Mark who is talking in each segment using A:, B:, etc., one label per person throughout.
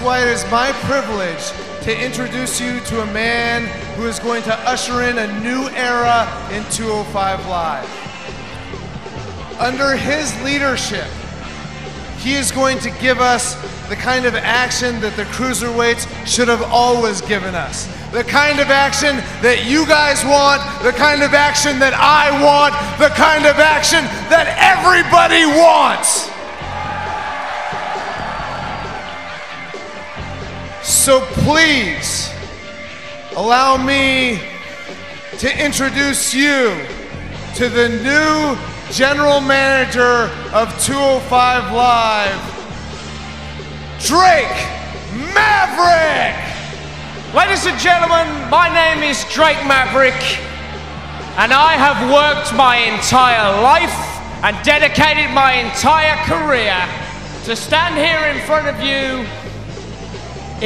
A: why it is my privilege to introduce you to a man who is going to usher in a new era in 205 Live. Under his leadership, he is going to give us the kind of action that the cruiserweights should have always given us. The kind of action that you guys want, the kind of action that I want, the kind of action that everybody wants. So please allow me to introduce you to the new general manager of 205 Live, Drake Maverick.
B: Ladies and gentlemen, my name is Drake Maverick, and I have worked my entire life and dedicated my entire career to stand here in front of you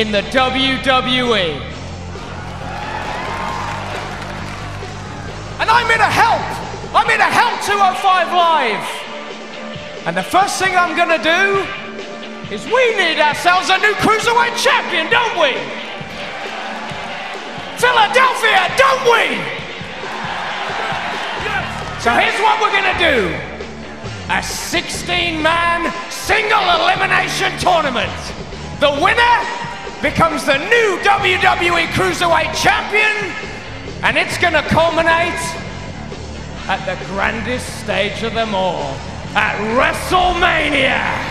B: in the E. WWE. And I'm here to help! I'm here to help 205 Live! And the first thing I'm gonna do is we need ourselves a new Cruiserweight champion, don't we? Philadelphia, don't we? So here's what we're gonna do a 16 man single elimination tournament. The winner becomes the new WWE Cruiserweight champion, and it's gonna culminate at the grandest stage of them all at WrestleMania.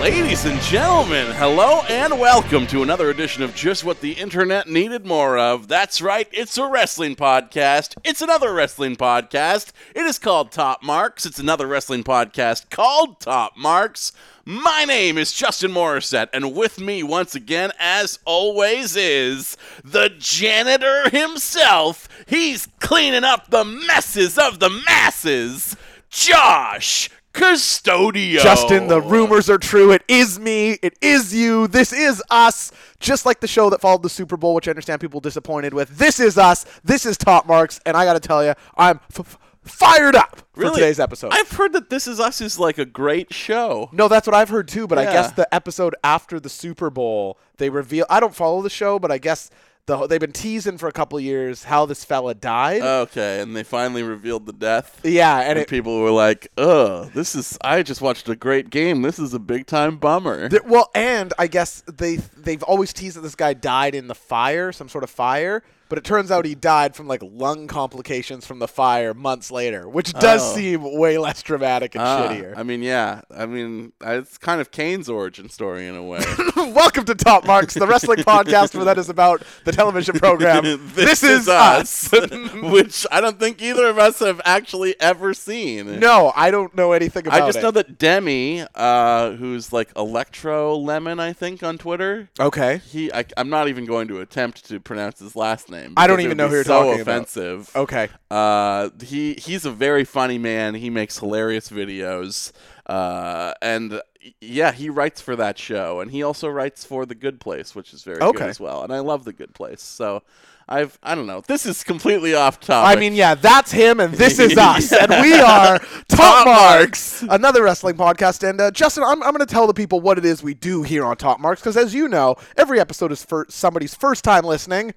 C: Ladies and gentlemen, hello and welcome to another edition of Just What the Internet Needed More of. That's right, it's a wrestling podcast. It's another wrestling podcast. It is called Top Marks. It's another wrestling podcast called Top Marks. My name is Justin Morissette, and with me once again, as always, is the janitor himself. He's cleaning up the messes of the masses, Josh Custodio.
D: Justin, the rumors are true. It is me. It is you. This is us. Just like the show that followed the Super Bowl, which I understand people disappointed with. This is us. This is Top Marks, and I got to tell you, I'm f- f- fired up for today's episode.
C: I've heard that This Is Us is like a great show.
D: no, that's what I've heard too. But I
C: Yeah.
D: guess the episode after the Super Bowl, they reveal. I don't follow the show, but I guess the they've been teasing for a couple years how this fella died.
C: Okay, and they finally revealed the death.
D: yeah, and
C: And
D: it,
C: people were like, "Ugh, this is." I just watched a great game. This is a big time bummer.
D: There- well, and I guess they they've always teased that this guy died in the fire, some sort of fire, but it turns out he died from like lung complications from the fire months later, which does
C: Oh.
D: seem way less dramatic and
C: Ah,
D: shittier.
C: I mean, yeah. I mean, I- it's kind of Kane's origin story in a way.
D: Welcome to Top Marks, the wrestling podcast where that is about the television program.
C: this, is, us, which I don't think either of us have actually ever seen.
D: no, I don't know anything about
C: I just
D: it.
C: know that Demi, uh, who's like Electro Lemon, I think on Twitter.
D: okay.
C: He, I, I'm not even going to attempt to pronounce his last name.
D: I don't
C: because it
D: even
C: would
D: know
C: be
D: who you're
C: so
D: talking about.
C: offensive.
D: Okay.
C: Uh, he he's a very funny man. He makes hilarious videos. Uh, and yeah, he writes for that show, and he also writes for The Good Place, which is very good
D: Okay.
C: as well. And I love The Good Place. So I've I don't know. This is completely off
D: I
C: topic.
D: mean, yeah, that's him, and this is us,
C: Yeah.
D: and we are
C: Top
D: Top Marks, another wrestling podcast. And uh, Justin, I'm, I'm going to tell the people what it is we do here on Top Marks, because as you know, every episode is for somebody's first time listening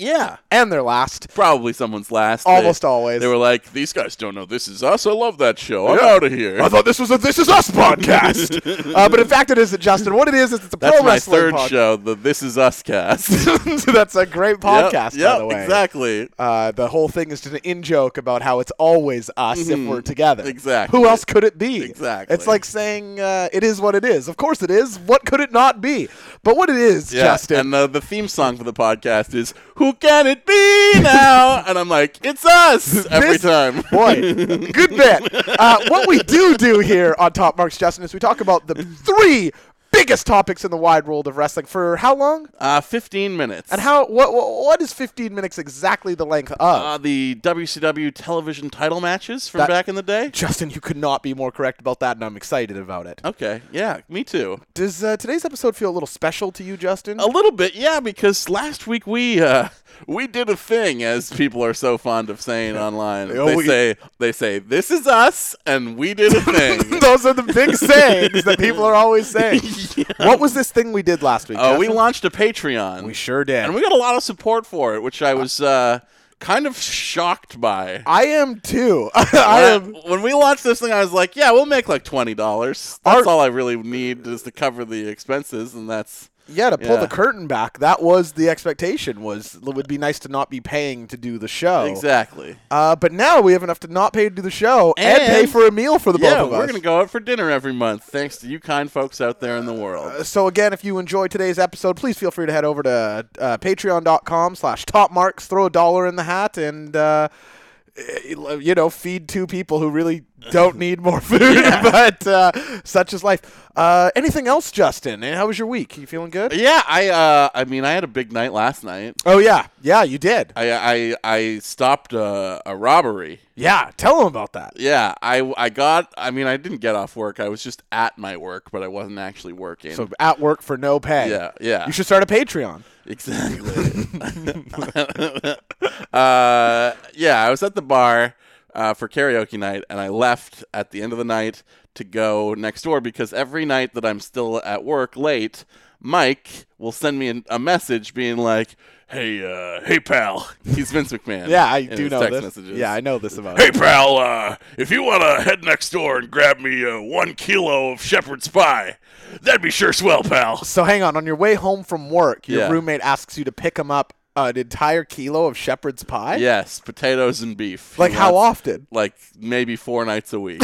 C: yeah.
D: and their last.
C: Probably someone's last.
D: Almost
C: They-
D: always.
C: They were like, these guys don't know this is us. I love that show. I'm
D: Yeah.
C: out of here.
D: I thought this was a This Is Us podcast, uh, but in fact, it isn't, Justin. What it is is it's a
C: That's
D: pro
C: my
D: wrestling
C: third
D: pod-
C: show, the This Is Us cast.
D: that's a great podcast,
C: yep,
D: by the way.
C: Exactly.
D: Uh, the whole thing is just an in joke about how it's always us if we're together.
C: Mm-hmm. Exactly.
D: Who else could it be?
C: Exactly.
D: It's like saying uh, it is what it is. Of course it is. What could it not be? But what it is,
C: Yeah,
D: Justin.
C: And the, the theme song for the podcast is Who Can It Be Now? and I'm like, It's us every
D: this-
C: time.
D: Boy, good bit. Uh, what we do do here on Top Marks, Justin, is we talk about the three biggest topics in the wide world of wrestling for how long?
C: Uh, 15 minutes.
D: And how what what, what is 15 minutes exactly the length of?
C: Uh, the WCW television title matches from
D: That-
C: back in the day?
D: Justin, you could not be more correct about that, and I'm excited about it.
C: Okay, yeah, me too.
D: Does uh, today's episode feel a little special to you, Justin?
C: A little bit, yeah, because last week we uh, we did a thing, as people are so fond of saying online.
D: Yeah,
C: they
D: we-
C: say they say this is us, and we did a thing.
D: Those are the big sayings that people are always saying. What was this thing we did last week?
C: Uh, we
D: Justin?
C: launched a Patreon.
D: we sure did.
C: and we got a lot of support for it, which I was uh, kind of shocked by.
D: I am too. I am.
C: when we launched this thing, I was like, "Yeah, we'll make like twenty dollars. That's
D: Our-
C: all I really need is to cover the expenses, and that's
D: Yeah, to pull
C: Yeah.
D: the curtain back, that was the expectation. Was it would be nice to not be paying to do the show.
C: exactly."
D: Uh, but now we have enough to not pay to do the show and,
C: And-
D: pay for a meal for the
C: yeah,
D: both of us.
C: we're gonna go out for dinner every month, thanks to you kind folks out there in the world.
D: so again if you enjoyed today's episode please feel free to head over to uh, patreon.com slash top marks throw a dollar in the hat and uh, you know feed two people who really don't need more food but uh, such is life uh, anything else justin Eh, how was your week you feeling good
C: Yeah, I uh, I mean, I had a big night last night.
D: oh yeah yeah you did
C: I I, I stopped a, a robbery.
D: yeah tell them about that
C: Yeah, I I got. I mean, I didn't get off work. I was just at my work, but I wasn't actually working.
D: so at work for no pay
C: Yeah, yeah.
D: you should start a patreon
C: exactly. uh, yeah, I was at the bar uh, for karaoke night, and I left at the end of the night to go next door because every night that I'm still at work late, Mike will send me an, a message being like, "Hey, uh, hey, pal." He's Vince McMahon.
D: yeah i
C: in
D: do
C: his
D: know
C: text
D: this
C: Messages.
D: yeah i know this about
C: Hey
D: it
C: pal, uh, if you wanna head next door and grab me uh, one kilo of shepherd's pie, that'd be sure swell, pal.
D: So hang on, on your way home from work, your
C: Yeah.
D: roommate asks you to pick him up an entire kilo of shepherd's pie.
C: Yes, potatoes and beef.
D: Like
C: He
D: how
C: wants-
D: often?
C: Like maybe four nights a week.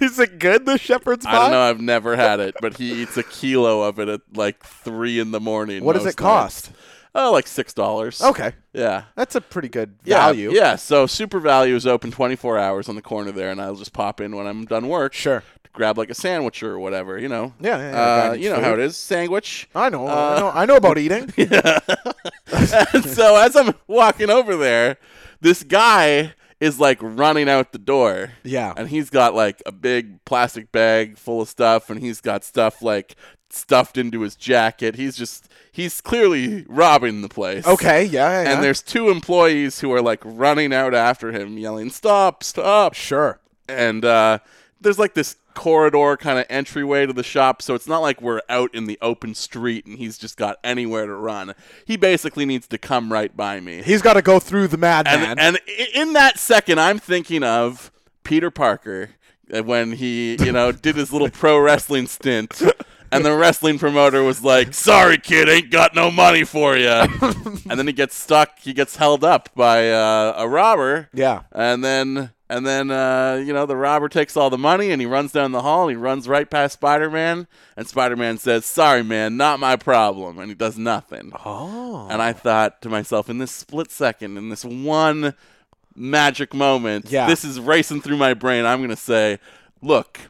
D: Is it good the shepherd's pie?
C: I don't know. I've never had it, but he eats a kilo of it at like three in the morning.
D: What does
C: most
D: it cost?
C: nights. Oh, like six dollars.
D: Okay,
C: Yeah.
D: that's a pretty good
C: Yeah,
D: value.
C: Yeah, so Super Value is open 24 hours on the corner there, and I'll just pop in when I'm done work.
D: Sure.
C: To grab like a sandwich or whatever, you know.
D: Yeah, yeah, yeah,
C: uh,
D: guy needs
C: you know how it
D: food.
C: is, sandwich.
D: I know,
C: Uh,
D: I know. I know about eating.
C: And so as I'm walking over there, this guy is like running out the door.
D: Yeah.
C: And he's got like a big plastic bag full of stuff and he's got stuff like stuffed into his jacket. He's just he's clearly robbing the place.
D: okay, yeah, yeah, yeah.
C: And there's two employees who are like running out after him yelling, "Stop, stop."
D: sure.
C: and uh, there's like this corridor kind of entryway to the shop so it's not like we're out in the open street and he's just got anywhere to run he basically needs to come right by me
D: He's got to go through the madman.
C: and, and i- in that second i'm thinking of peter parker uh, when he you know did his little pro wrestling stint and the wrestling promoter was like sorry kid ain't got no money for you and then he gets stuck he gets held up by uh, a robber
D: yeah.
C: and then and then uh, you know the robber takes all the money and he runs down the hall and he runs right past Spider-Man and Spider-Man says, "Sorry, man, not my problem," and he does nothing.
D: Oh.
C: And I thought to myself, in this split second, in this one magic moment,
D: Yeah.
C: this is racing through my brain. I'm gonna say, "Look,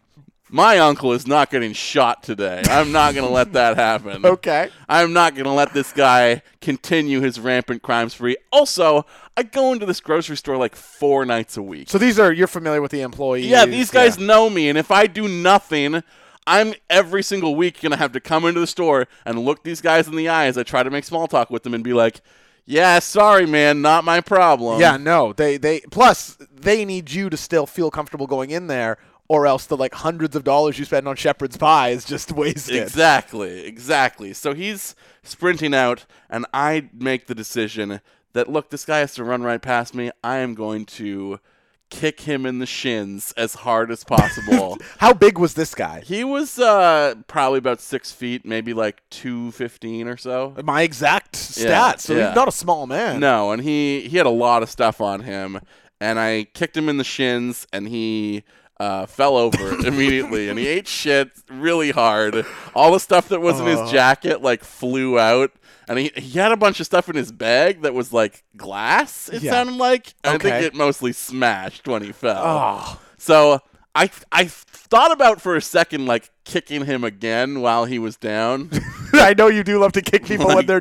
C: my uncle is not getting shot today. I'm not gonna let that happen."
D: Okay.
C: I'm not going to let this guy continue his rampant crime spree. Also, I go into this grocery store like four nights a week.
D: So these are you're familiar with the employees.
C: yeah, these guys
D: yeah.
C: know me, and if I do nothing, I'm every single week going to have to come into the store and look these guys in the eye as I try to make small talk with them and be like, yeah, sorry, man, not my problem.
D: Yeah, no. They they plus they need you to still feel comfortable going in there, or else the like hundreds of dollars you spend on shepherd's pie is just wasted.
C: Exactly, exactly. So he's sprinting out, and I make the decision that look, this guy has to run right past me. I am going to kick him in the shins as hard as possible.
D: How big was this guy?
C: he was uh, probably about six feet, maybe like two fifteen or so.
D: My exact
C: Yeah,
D: stats. So
C: yeah.
D: he's not a small man.
C: No, and he he had a lot of stuff on him, and I kicked him in the shins, and he. Uh, fell over immediately and he ate shit really hard. All the stuff that was in
D: Oh.
C: his jacket like flew out and he, he had a bunch of stuff in his bag that was like glass, it
D: Yeah.
C: sounded like. And I
D: Okay.
C: think it mostly smashed when he fell.
D: Oh.
C: So I I thought about for a second like kicking him again while he was down.
D: I know you do love to kick people when
C: Like-
D: they're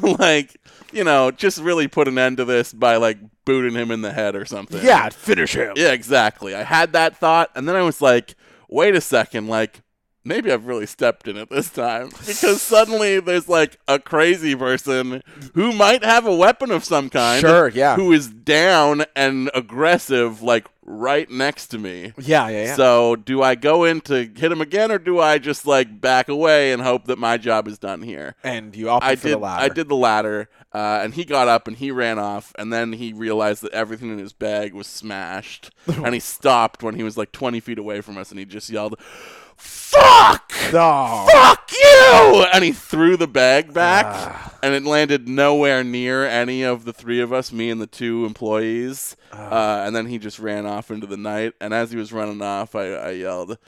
C: like, you know, just really put an end to this by like booting him in the head or something.
D: Yeah, finish him.
C: Yeah, exactly. I had that thought, and then I was like, wait a second, like, maybe I've really stepped in it this time. Because suddenly there's like a crazy person who might have a weapon of some kind.
D: Sure, yeah.
C: Who is down and aggressive, like, right next to me.
D: Yeah, yeah, yeah.
C: So, do I go in to hit him again, or do I just like back away and hope that my job is done here?
D: and you opted
C: I
D: for
C: did.
D: the latter.
C: I did the latter, uh, and he got up and he ran off, and then he realized that everything in his bag was smashed, and he stopped when he was like 20 feet away from us, and he just yelled, "Fuck!
D: Oh.
C: Fuck you!" And he threw the bag back,
D: Ah.
C: and it landed nowhere near any of the three of us, me and the two employees.
D: Ah.
C: Uh, and then he just ran off into the night, and as he was running off, I, I yelled,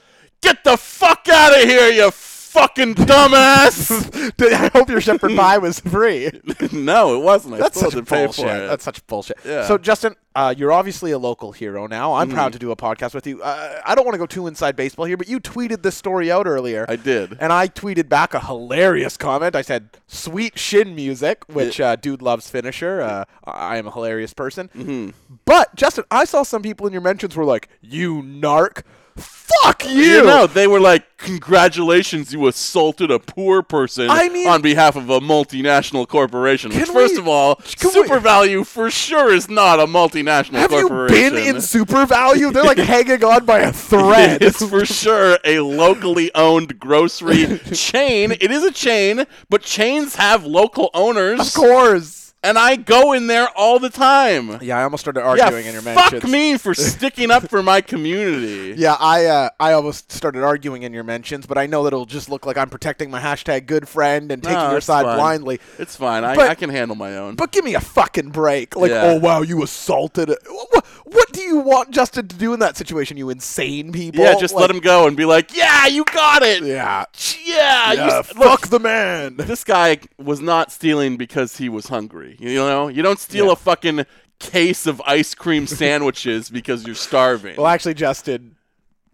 C: "Get the fuck out of here, you fucking dumbass!"
D: Dude, I hope your shepherd pie was free.
C: no, it wasn't. I
D: That's
C: still
D: such
C: had to
D: bullshit.
C: pay for it.
D: That's such bullshit.
C: Yeah. Mm.
D: So, Justin, uh, you're obviously a local hero now. I'm proud to do a podcast with you. Uh, I don't want to go too inside baseball here, but you tweeted this story out earlier.
C: I did.
D: And I tweeted back a hilarious comment. I said, sweet shin music, which uh, dude loves finisher. Uh, I I am a hilarious person.
C: Mm-hmm.
D: But, Justin, I saw some people in your mentions were like, you narc. Fuck you.
C: you know, they were like, "Congratulations, you assaulted a poor person
D: I mean-
C: on behalf of a multinational corporation." Which,
D: Can
C: first
D: we-
C: of all,
D: can
C: Super
D: we-
C: Value for sure is not a multinational
D: Have you
C: corporation.
D: been in super value? They're like hanging on by a thread.
C: It's for sure a locally owned grocery chain. It is a chain, but chains have local owners,
D: of course.
C: and I go in there all the time.
D: Yeah, I almost started arguing in your
C: fuck
D: mentions.
C: me for sticking up for my community.
D: Yeah, I uh, I almost started arguing in your mentions, but I know that it'll just look like I'm protecting my hashtag good friend and taking
C: No,
D: your
C: it's
D: side
C: fine.
D: blindly.
C: It's fine. I,
D: But-
C: I can handle my own.
D: But give me a fucking break. Like,
C: Yeah.
D: oh wow, you assaulted. What, what do you want Justin to do in that situation? You insane people.
C: yeah, just let
D: Like,
C: him go and be like, "Yeah, you got it.
D: Yeah.
C: yeah." you
D: Yeah,
C: s-
D: fuck
C: look,
D: the man.
C: this guy was not stealing because he was hungry. You know, you don't steal
D: Yeah.
C: a fucking case of ice cream sandwiches because you're starving.
D: Well, actually, Justin,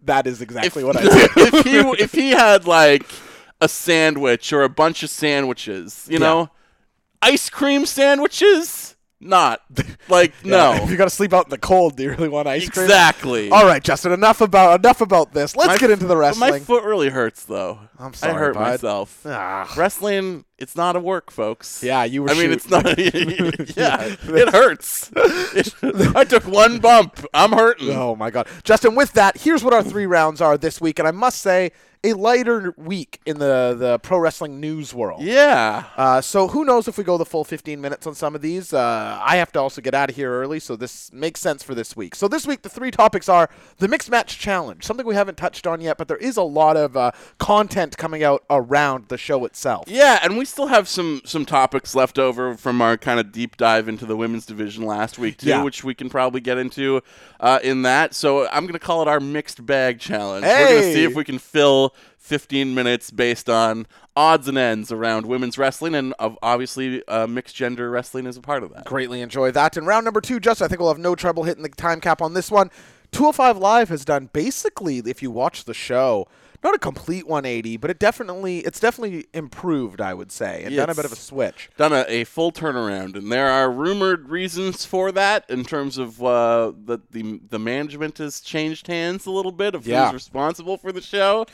D: that is
C: if,
D: exactly what I did.
C: if he if he had like a sandwich or a bunch of sandwiches, you know, ice cream sandwiches, not like
D: if
C: no,
D: you're gonna sleep out in the cold, do you really want ice cream?
C: exactly.
D: All right, Justin. Enough about enough about this. Let's
C: My
D: get into the
C: f-
D: wrestling.
C: My foot really hurts though.
D: I'm sorry,
C: I hurt
D: bud.
C: myself.
D: Ah.
C: Wrestling, it's not a work, folks.
D: Yeah, you were
C: I mean, it's not. yeah, it hurts. I took one bump. I'm hurting.
D: Oh my God, Justin! With that, here's what our three rounds are this week, and I must say, a lighter week in the the pro wrestling news world.
C: Yeah.
D: Uh, so who knows if we go the full 15 minutes on some of these? Uh, I have to also get out of here early, so this makes sense for this week. So this week, the three topics are the mixed match challenge, something we haven't touched on yet, but there is a lot of uh, content coming out around the show itself.
C: Yeah, and we still have some some topics left over from our kind of deep dive into the women's division last week too,
D: Yeah.
C: which we can probably get into uh, in that. So I'm gonna call it our mixed bag challenge. We're gonna see
D: Hey!
C: if we can fill 15 minutes based on odds and ends around women's wrestling, and of obviously uh, mixed gender wrestling is a part of that.
D: Greatly enjoy that. And round number two, Justin, I think we'll have no trouble hitting the time cap on this one. 205 Live has done basically, if you watch the show, not a complete 180, but it definitely it's definitely improved, I would say, and done a
C: Yes.
D: bit of a switch.
C: done a, a full turnaround, and there are rumored reasons for that in terms of uh, that the the management has changed hands a little bit of
D: Yeah.
C: who's responsible for the show.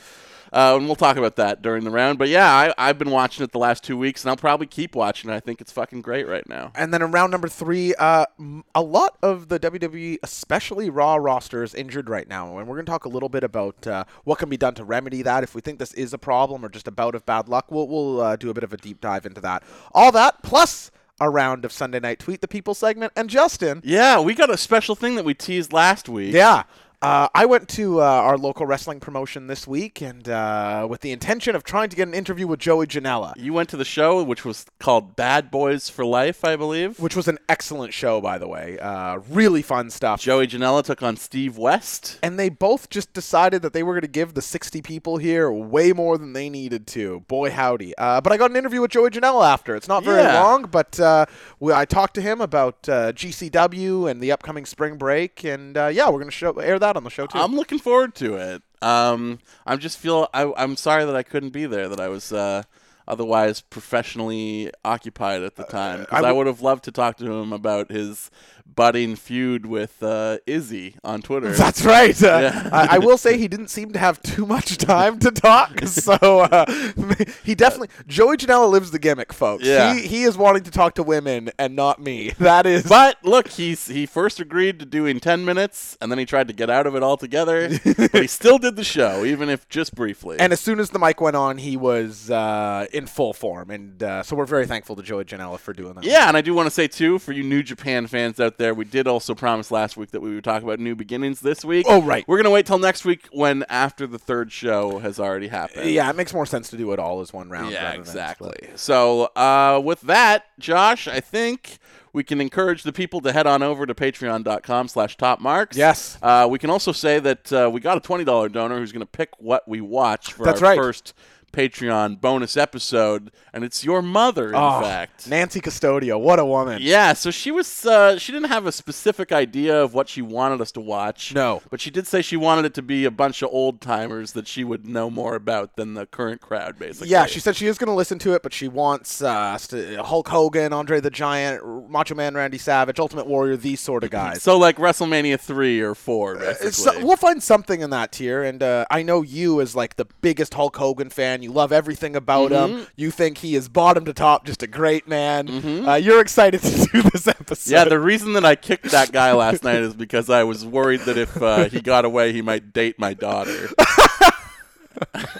C: Uh, and we'll talk about that during the round. But yeah, I, I've been watching it the last two weeks, and I'll probably keep watching it. I think it's fucking great right now.
D: And then in round number three, uh, m- a lot of the WWE, especially Raw roster, is injured right now. And we're going to talk a little bit about uh, what can be done to remedy that. If we think this is a problem or just a bout of bad luck, we'll, we'll uh, do a bit of a deep dive into that. All that, plus a round of Sunday Night Tweet the People segment. And Justin,
C: Yeah, we got a special thing that we teased last week.
D: yeah. Uh, I went to uh, our local wrestling promotion this week, and uh, with the intention of trying to get an interview with Joey Janela,
C: You went to the show, which was called Bad Boys for Life, I believe.
D: which was an excellent show, by the way. Uh, really fun stuff.
C: Joey Janela took on Steve West.
D: and they both just decided that they were going to give the 60 people here way more than they needed to. Boy, howdy. Uh, but I got an interview with Joey Janela after. It's not very
C: Yeah.
D: long, but uh, we, I talked to him about uh, GCW and the upcoming spring break. And uh, yeah, we're going to show air that out on the show too.
C: I'm looking forward to it. Um, I'm just feel I, I'm sorry that I couldn't be there. That I was uh, otherwise professionally occupied at the time. 'cause
D: Uh, I
C: I
D: w-
C: would have loved to talk to him about his budding feud with uh, Izzy on Twitter.
D: That's right. Uh,
C: Yeah.
D: I, I will say he didn't seem to have too much time to talk, so uh, he definitely Joey Janela lives the gimmick, folks.
C: Yeah.
D: He, he is wanting to talk to women and not me. That is.
C: But look, he's he first agreed to doing ten minutes, and then he tried to get out of it altogether. but he still did the show, even if just briefly.
D: and as soon as the mic went on, he was uh, in full form, and uh, so we're very thankful to Joey Janela for doing that.
C: Yeah, and I do want to say too, for you New Japan fans out there, we did also promise last week that we would talk about new beginnings this week.
D: Oh, right.
C: We're gonna wait till next week when after the third show has already happened.
D: Yeah, it makes more sense to do it all as one round.
C: Yeah,
D: rather than
C: exactly. So uh, with that, Josh, I think we can encourage the people to head on over to patreon.com slash top marks.
D: Yes.
C: Uh, we can also say that uh, we got a $20 donor who's going to pick what we watch for
D: That's
C: our
D: right.
C: first Patreon bonus episode, and it's your mother, in
D: Oh,
C: fact.
D: Nancy Custodio, what a woman.
C: Yeah, so she was uh, she didn't have a specific idea of what she wanted us to watch.
D: No.
C: But she did say she wanted it to be a bunch of old timers that she would know more about than the current crowd basically.
D: Yeah, she said she is going to listen to it, but she wants uh, us to- Hulk Hogan, Andre the Giant, R- Macho Man Randy Savage, Ultimate Warrior, these sort of guys.
C: So like WrestleMania 3 or 4 basically.
D: It's- we'll find something in that tier, and uh, I know you as like the biggest Hulk Hogan fan. You love everything about
C: Mm-hmm.
D: him. You think he is bottom to top, just a great man. Uh, you're excited to do this episode.
C: Mm-hmm. yeah, the reason that I kicked that guy last night is because I was worried that if uh, he got away, he might date my daughter.
D: and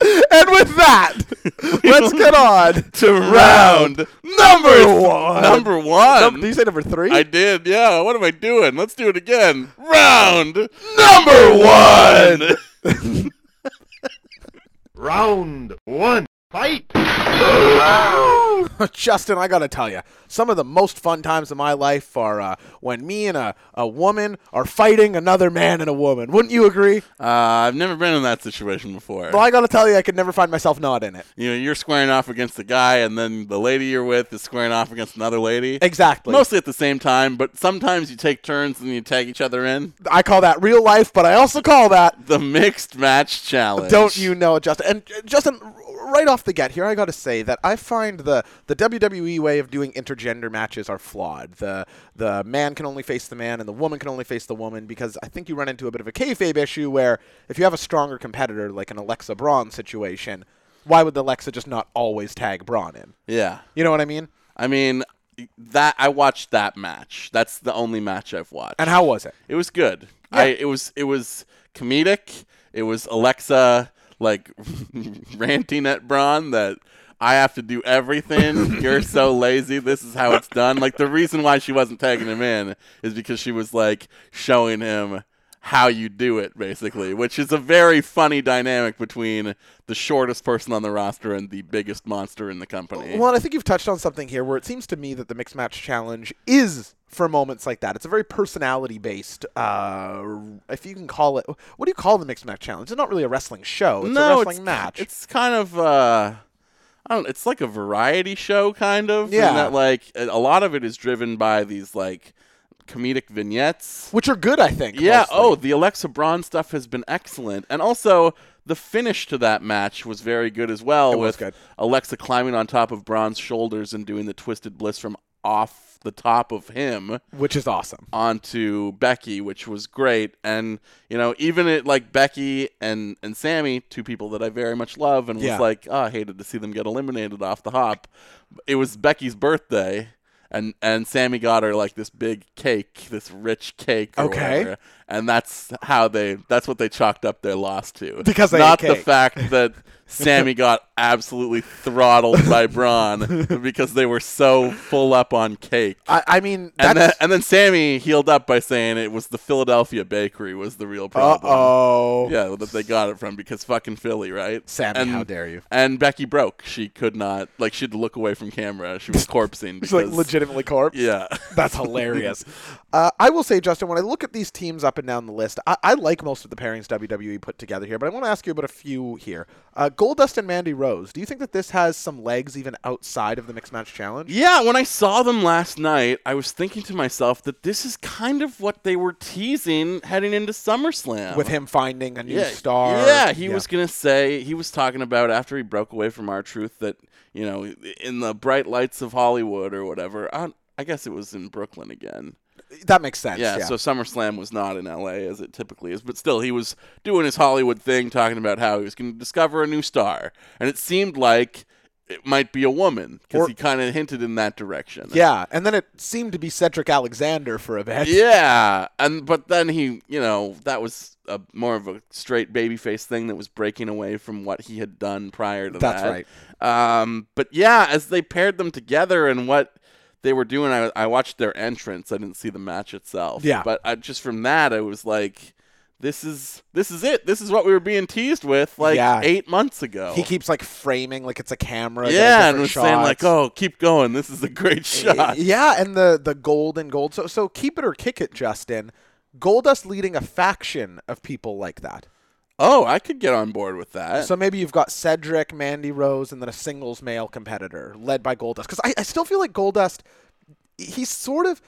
D: with that, let's get on
C: to round
D: number one.
C: number one.
D: Did you say number three?
C: Um, I did, yeah. What am I doing? Let's do it again. Round
D: number
C: one.
E: Round one. Fight!
D: Justin, I gotta tell you, some of the most fun times of my life are uh, when me and a, a woman are fighting another man and a woman. Wouldn't you agree?
C: Uh, I've never been in that situation before.
D: Well, I gotta tell you, I could never find myself not in it.
C: You know, you're squaring off against a guy, and then the lady you're with is squaring off against another lady.
D: Exactly.
C: Mostly at the same time, but sometimes you take turns and you tag each other in.
D: I call that real life, but I also call that
C: The mixed match challenge.
D: Don't you know it, Justin? And uh, Justin, r- right off the get here, I got to say that I find the the WWE way of doing intergender matches are flawed. The the man can only face the man, and the woman can only face the woman because I think you run into a bit of a kayfabe issue where if you have a stronger competitor, like an Alexa Braun situation, why would Alexa just not always tag Braun in?
C: Yeah.
D: You know what I mean?
C: I mean, that I watched that match. That's the only match I've watched.
D: And how was it?
C: It was good. I it was it was comedic. It was Alexa like ranting at Braun that I have to do everything. You're so lazy. This is how it's done. Like the reason why she wasn't tagging him in is because she was like showing him how you do it basically, which is a very funny dynamic between the shortest person on the roster and the biggest monster in the company.
D: Well, and I think you've touched on something here where it seems to me that the mixed match challenge is for moments like that. It's a very personality based, uh, if you can call it. What do you call the mixed match challenge? It's not really a wrestling show. It's a wrestling
C: ki-
D: match.
C: It's kind of uh, I don't. It's like a variety show, kind of. in
D: Yeah.
C: that like a a lot of it is driven by these like comedic vignettes.
D: which are good, I think.
C: Yeah.
D: mostly.
C: Oh, the Alexa Braun stuff has been excellent, and also the finish to that match was very good as well.
D: It was
C: with
D: good.
C: Alexa climbing on top of Braun's shoulders and doing the twisted bliss from off the top of him
D: which is awesome.
C: onto Becky, which was great. And you know, even it like Becky and and Sammy, two people that I very much love, and
D: Yeah.
C: was like, oh, I hated to see them get eliminated off the hop. It was Becky's birthday. And, and Sammy got her like this big cake, this rich cake. Or
D: Okay.
C: whatever, and that's how they. That's what they chalked up their loss to.
D: Because they ate
C: not the
D: cake.
C: fact that Sammy got absolutely throttled by Braun because they were so full up on cake.
D: I, I mean,
C: And then,
D: that's.
C: and then Sammy healed up by saying it was the Philadelphia bakery was the real
D: Uh
C: problem.
D: oh.
C: Yeah, that they got it from because fucking Philly, right?
D: Sammy,
C: and,
D: how dare you.
C: And Becky broke. She could not, like, she had to look away from camera. She was corpsing. Because,
D: It's like legitimately corpse.
C: Yeah.
D: That's hilarious. uh, I will say, Justin, when I look at these teams E up and down the list, I, I like most of the pairings WWE put together here, but I want to ask you about a few here. Uh, Goldust and Mandy Rose. Do you think that this has some legs even outside of the mixed match challenge?
C: Yeah, when I saw them last night, I was thinking to myself that this is kind of what they were teasing heading into SummerSlam.
D: With him finding a new
C: yeah,
D: star.
C: Yeah, he was gonna say he was talking about after he broke away from our truth that you know in the bright lights of Hollywood or whatever. I, I guess it was in Brooklyn again.
D: That makes sense.
C: Yeah, so SummerSlam was not in LA as it typically is, but still he was doing his Hollywood thing, talking about how he was going to discover a new star, and it seemed like it might be a woman
D: Or-
C: because he kind of hinted in that direction.
D: Yeah, and then it seemed to be Cedric Alexander for a bit.
C: Yeah, and but then he, you know, that was a more of a straight babyface thing that was breaking away from what he had done prior to
D: That's
C: that. right. Um, but yeah, as they paired them together and what they were doing, I, I watched their entrance. I didn't see the match itself.
D: Yeah.
C: but I, just from that, I was like, this is this is it. This is what we were being teased with like
D: Yeah.
C: eight months ago.
D: He keeps like framing like it's a camera. they're
C: yeah,
D: different
C: and was saying like,
D: shots.
C: "Oh, keep going. This is a great shot."
D: Yeah, and the the gold and gold. So so keep it or kick it, Justin. Goldust leading a faction of people like that.
C: Oh, I could get on board with that.
D: So maybe you've got Cedric, Mandy Rose, and then a singles male competitor led by Goldust. Because I, I still feel like Goldust, he's sort of.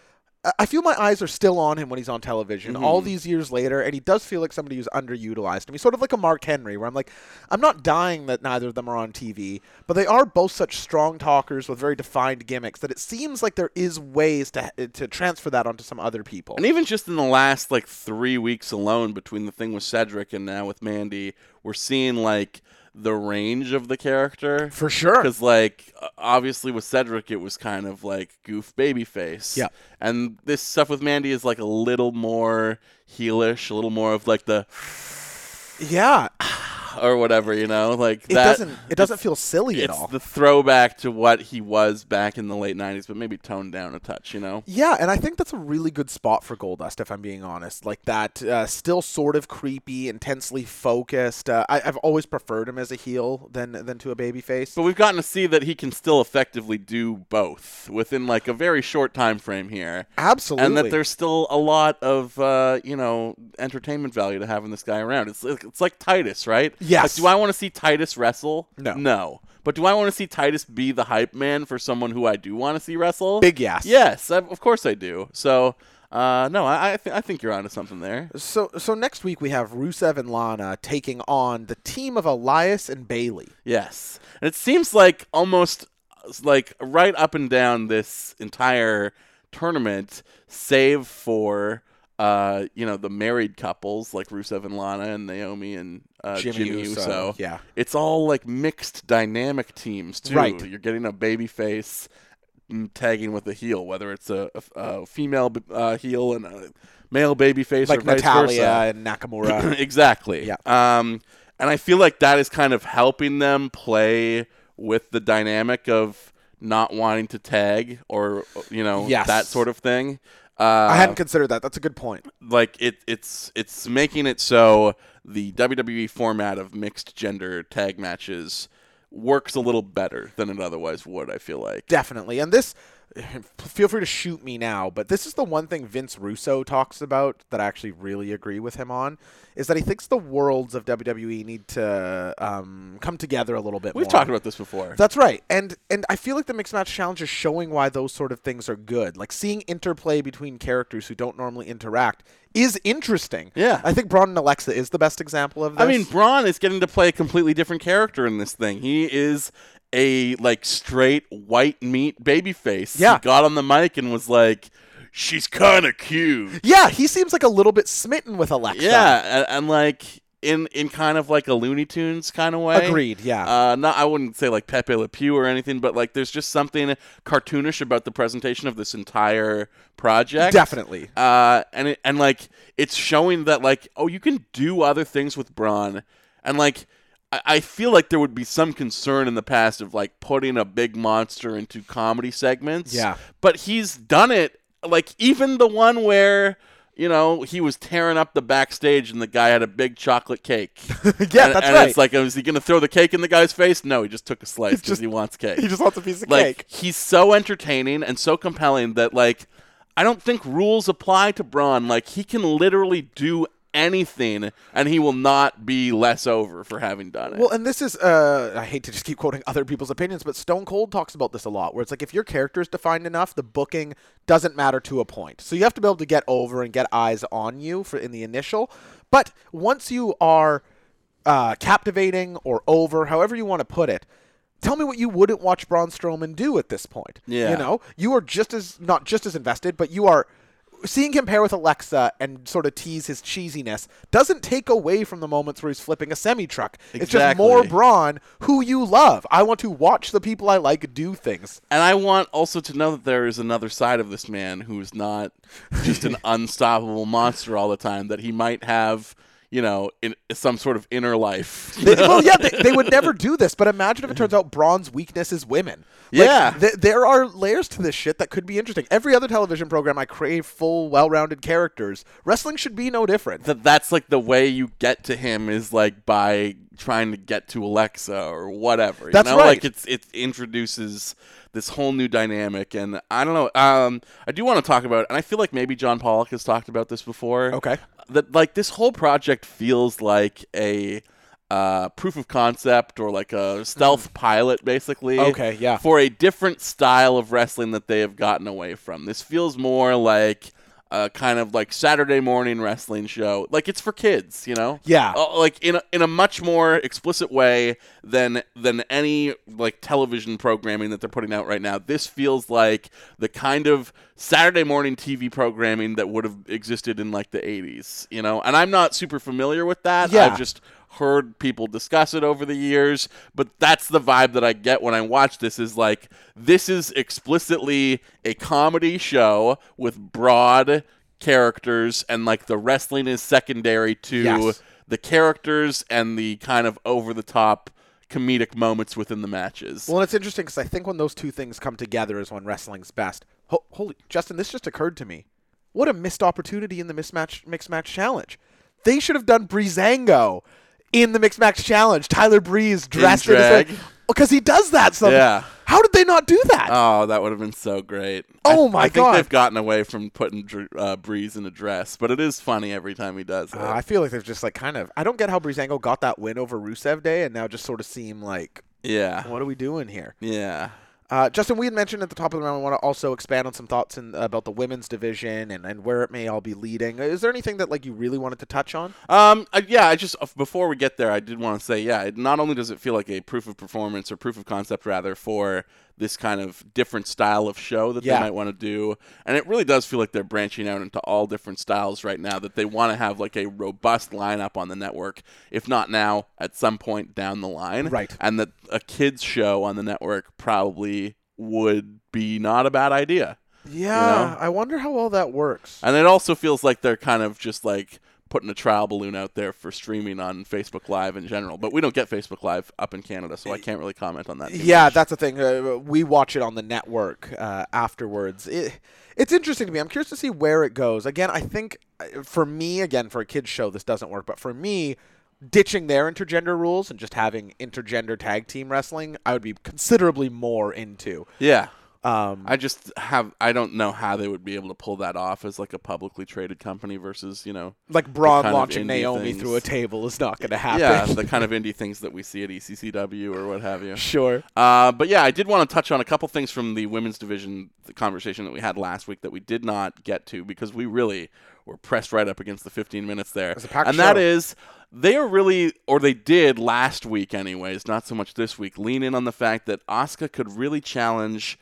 D: I- I feel my eyes are still on him when he's on television all
C: Mm-hmm.
D: these years later, and he does feel like somebody who's underutilized him. He's sort of like a Mark Henry, where I'm like, I'm not dying that neither of them are on TV, but they are both such strong talkers with very defined gimmicks that it seems like there is ways to eh, to transfer that onto some other people.
C: And even just in the last like three weeks alone, between the thing with Cedric and now with Mandy, we're seeing like the range of the character
D: For sure.
C: Because like o- obviously with Cedric, it was kind of like goof babyface.
D: Yeah.
C: And this stuff with Mandy is like a little more heelish, a little more of like the
D: Yeah,
C: or whatever you know, like
D: it
C: that.
D: doesn't it doesn't feel silly at
C: It's
D: all.
C: the throwback to what he was back in the late '90s, but maybe toned down a touch. You know.
D: Yeah, and I think that's a really good spot for Goldust, if I'm being honest. Like that, uh, still sort of creepy, intensely focused. Uh, I, I've always preferred him as a heel than than to a babyface.
C: But we've gotten to see that he can still effectively do both within like a very short time frame here.
D: Absolutely.
C: And that there's still a lot of uh, you know entertainment value to having this guy around. It's like, it's like Titus, right?
D: Yes.
C: Like, do I want to see Titus wrestle?
D: No.
C: No. But do I want to see Titus be the hype man for someone who I do want to see wrestle?
D: Big yes.
C: Yes, I, of course I do. So, uh, no, I I, th- I think you're onto something there.
D: So so next week we have Rusev and Lana taking on the team of Elias and Bailey.
C: Yes. And it seems like almost like right up and down this entire tournament, save for uh, you know, the married couples like Rusev and Lana and Naomi and uh,
D: Jimmy
C: Jimmy,
D: Uso,
C: Uso.
D: yeah.
C: It's all like mixed dynamic teams too.
D: Right.
C: You're getting a baby face mm, tagging with a heel, whether it's a, a- a female b- uh, heel and a male baby face or
D: Like
C: vice
D: Natalia
C: versa
D: and Nakamura.
C: exactly.
D: Yeah.
C: Um, and I feel like that is kind of helping them play with the dynamic of not wanting to tag or you know
D: Yes.
C: that sort of thing. Uh,
D: I hadn't considered that. That's a good point.
C: like it, it's it's making it so the WWE format of mixed gender tag matches works a little better than it otherwise would. I feel like.
D: Definitely. And this, feel free to shoot me now, but this is the one thing Vince Russo talks about that I actually really agree with him on is that he thinks the worlds of WWE need to um, come together a little bit
C: We've
D: more.
C: talked about this before.
D: That's right. And and I feel like the mixed match challenge is showing why those sort of things are good. Like seeing interplay between characters who don't normally interact is interesting.
C: Yeah.
D: I think Braun and Alexa is the best example of this.
C: I mean, Braun is getting to play a completely different character in this thing. He is a like straight white meat babyface.
D: Yeah.
C: He got on the mic and was like, "She's kind of cute."
D: yeah, he seems like a little bit smitten with Alexa.
C: Yeah, and, and like in in kind of like a Looney Tunes kind of way.
D: Agreed, yeah.
C: Uh, not I wouldn't say like Pepe Le Pew or anything, but like there's just something cartoonish about the presentation of this entire project.
D: Definitely.
C: Uh, and it, and like it's showing that like oh you can do other things with Braun, and like I, I feel like there would be some concern in the past of like putting a big monster into comedy segments.
D: Yeah.
C: But he's done it. Like even the one where. You know, he was tearing up the backstage, and the guy had a big chocolate cake. yeah,
D: Yeah, that's
C: and
D: right.
C: It's like, is he going to throw the cake in the guy's face? No, he just took a slice because he wants cake
D: He just wants a piece of
C: like
D: cake.
C: he's so entertaining and so compelling that like I don't think rules apply to Braun. Like he can literally do anything, and he will not be less over for having done it.
D: Well, and this is, uh, I hate to just keep quoting other people's opinions, but Stone Cold talks about this a lot, where it's like if your character is defined enough, the booking doesn't matter to a point. So you have to be able to get over and get eyes on you for in the initial. But once you are uh, captivating or over, however you want to put it, tell me what you wouldn't watch Braun Strowman do at this point.
C: Yeah.
D: You know, you are just as, not just as invested, but you are. Seeing him pair with Alexa and sort of tease his cheesiness doesn't take away from the moments where he's flipping a semi truck. It's just
C: Exactly.
D: more Braun, who you love. I want to watch the people I like do things.
C: and I want also to know that there is another side of this man who is not just an unstoppable monster all the time. That he might have, you know, in, some sort of inner life.
D: They- well, yeah, they, they would never do this, but imagine if it turns out Braun's weakness is women.
C: Yeah.
D: th- there are layers to this shit that could be interesting. Every other television program, I crave full, well rounded characters. Wrestling should be no different.
C: that that's like the way you get to him is like by trying to get to Alexa or whatever. You
D: That's
C: know?
D: right.
C: Like it's it introduces this whole new dynamic, and I don't know. Um, I do want to talk about, and I feel like maybe John Pollock has talked about this before.
D: Okay.
C: that like this whole project feels like a. Uh, proof of concept or like a stealth pilot basically
D: Hmm. Okay, yeah.
C: for a different style of wrestling that they have gotten away from. This feels more like a kind of like Saturday morning wrestling show. Like it's for kids, you know?
D: Yeah.
C: Uh, like in a, in a much more explicit way than than any like television programming that they're putting out right now. This feels like the kind of Saturday morning TV programming that would have existed in like the 80s, you know? And I'm not super familiar with that.
D: Yeah.
C: I've just heard people discuss it over the years but that's the vibe that i get when i watch this is like this is explicitly a comedy show with broad characters and like the wrestling is secondary to
D: Yes.
C: the characters and the kind of over the top comedic moments within the matches
D: Well, and it's interesting because I think when those two things come together is when wrestling's best. Ho- holy, Justin, this just occurred to me. What a missed opportunity in the mismatch mixed match challenge. They should have done Breezango in the mixed match challenge. Tyler Breeze dressed in
C: drag.
D: because he does that. Something.
C: Yeah.
D: How did they not do that?
C: Oh, that would have been so great!
D: Oh
C: I,
D: my
C: I think
D: God.
C: they've gotten away from putting Dr- uh, Breeze in a dress, but it is funny every time he does it.
D: Uh, I feel like they've just like kind of. I don't get how Breezango got that win over Rusev Day and now just sort of seem like,
C: yeah,
D: what are we doing here?
C: yeah.
D: Uh, Justin, we had mentioned at the top of the round we want to also expand on some thoughts in, about the women's division and, and where it may all be leading. Is there anything that like you really wanted to touch on?
C: Um, I, yeah, I just uh, before we get there, I did want to say, yeah, it, not only does it feel like a proof of performance or proof of concept rather for this kind of different style of show that
D: Yeah.
C: they might want to do, and it really does feel like they're branching out into all different styles right now. That they want to have like a robust lineup on the network, if not now, at some point down the line,
D: Right.
C: And that a kids show on the network probably would be not a bad idea.
D: Yeah,
C: know?
D: I wonder how all that works.
C: And it also feels like they're kind of just like putting a trial balloon out there for streaming on Facebook Live in general. But we don't get Facebook Live up in Canada, so I can't really comment on that. too
D: Yeah,
C: much.
D: that's the thing. Uh, we watch it on the network uh, afterwards. It, it's interesting to me. I'm curious to see where it goes. Again, I think uh, for me, again, for a kids show, this doesn't work. But for me, ditching their intergender rules and just having intergender tag team wrestling, I would be considerably more into.
C: yeah.
D: Um,
C: I just have I don't know how they would be able to pull that off as like a publicly traded company versus you know
D: like
C: kind
D: Braun
C: of
D: launching
C: indie
D: Naomi
C: things.
D: through a table is not going to happen.
C: yeah the kind of indie things that we see at E ECCW or what have you.
D: sure.
C: Uh, but yeah, I did want to touch on a couple things from the women's division the conversation that we had last week that we did not get to because we really were pressed right up against the 15 minutes there.
D: a packed
C: And that
D: show.
C: is, they are really, or they did last week, anyways, not so much this week, lean in on the fact that Asuka could really challenge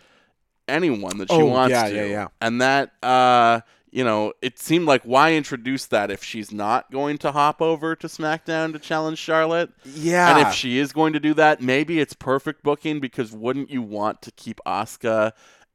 C: anyone that she
D: Oh,
C: wants
D: yeah,
C: to.
D: yeah, yeah.
C: And that, uh, you know, it seemed like why introduce that if she's not going to hop over to SmackDown to challenge Charlotte?
D: Yeah.
C: And if she is going to do that, maybe it's perfect booking because wouldn't you want to keep Asuka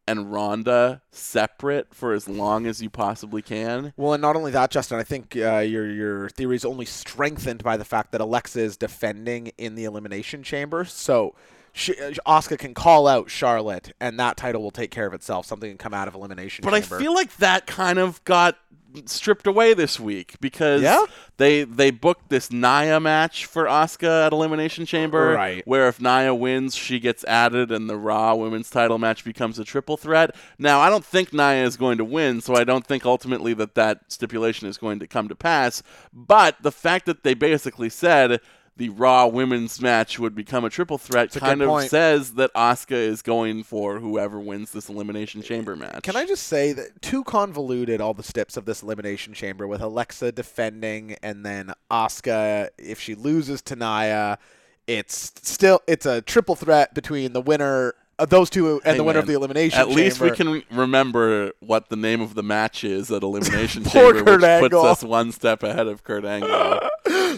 C: and Ronda separate for as long as you possibly can?
D: well, and not only that, Justin, I think uh, your your theory is only strengthened by the fact that Alexa is defending in the elimination chamber, so she, uh, Asuka can call out Charlotte, and that title will take care of itself. Something can come out of elimination
C: But I
D: chamber.
C: feel like that kind of got stripped away this week because
D: Yeah?
C: they they booked this Naya match for Asuka at Elimination Chamber,
B: Right.
C: where if Naya wins, she gets added, and the Raw Women's Title match becomes a triple threat. Now, I don't think Naya is going to win, so I don't think ultimately that that stipulation is going to come to pass. But the fact that they basically said. The Raw women's match would become a triple threat.
D: a good
C: Kind of
D: point.
C: says that Asuka is going for whoever wins this elimination chamber match.
D: Can I just say that too convoluted all the steps of this elimination chamber with Alexa defending and then Asuka if she loses to Naya, it's still it's a triple threat between the winner of those two and the winner of
C: Amen.
D: the elimination
C: At least we
D: chamber.
C: can re- remember what the name of the match is at Elimination
D: Poor
C: Chamber,
D: Kurt
C: which puts
D: Angle.
C: us one step ahead of Kurt Angle.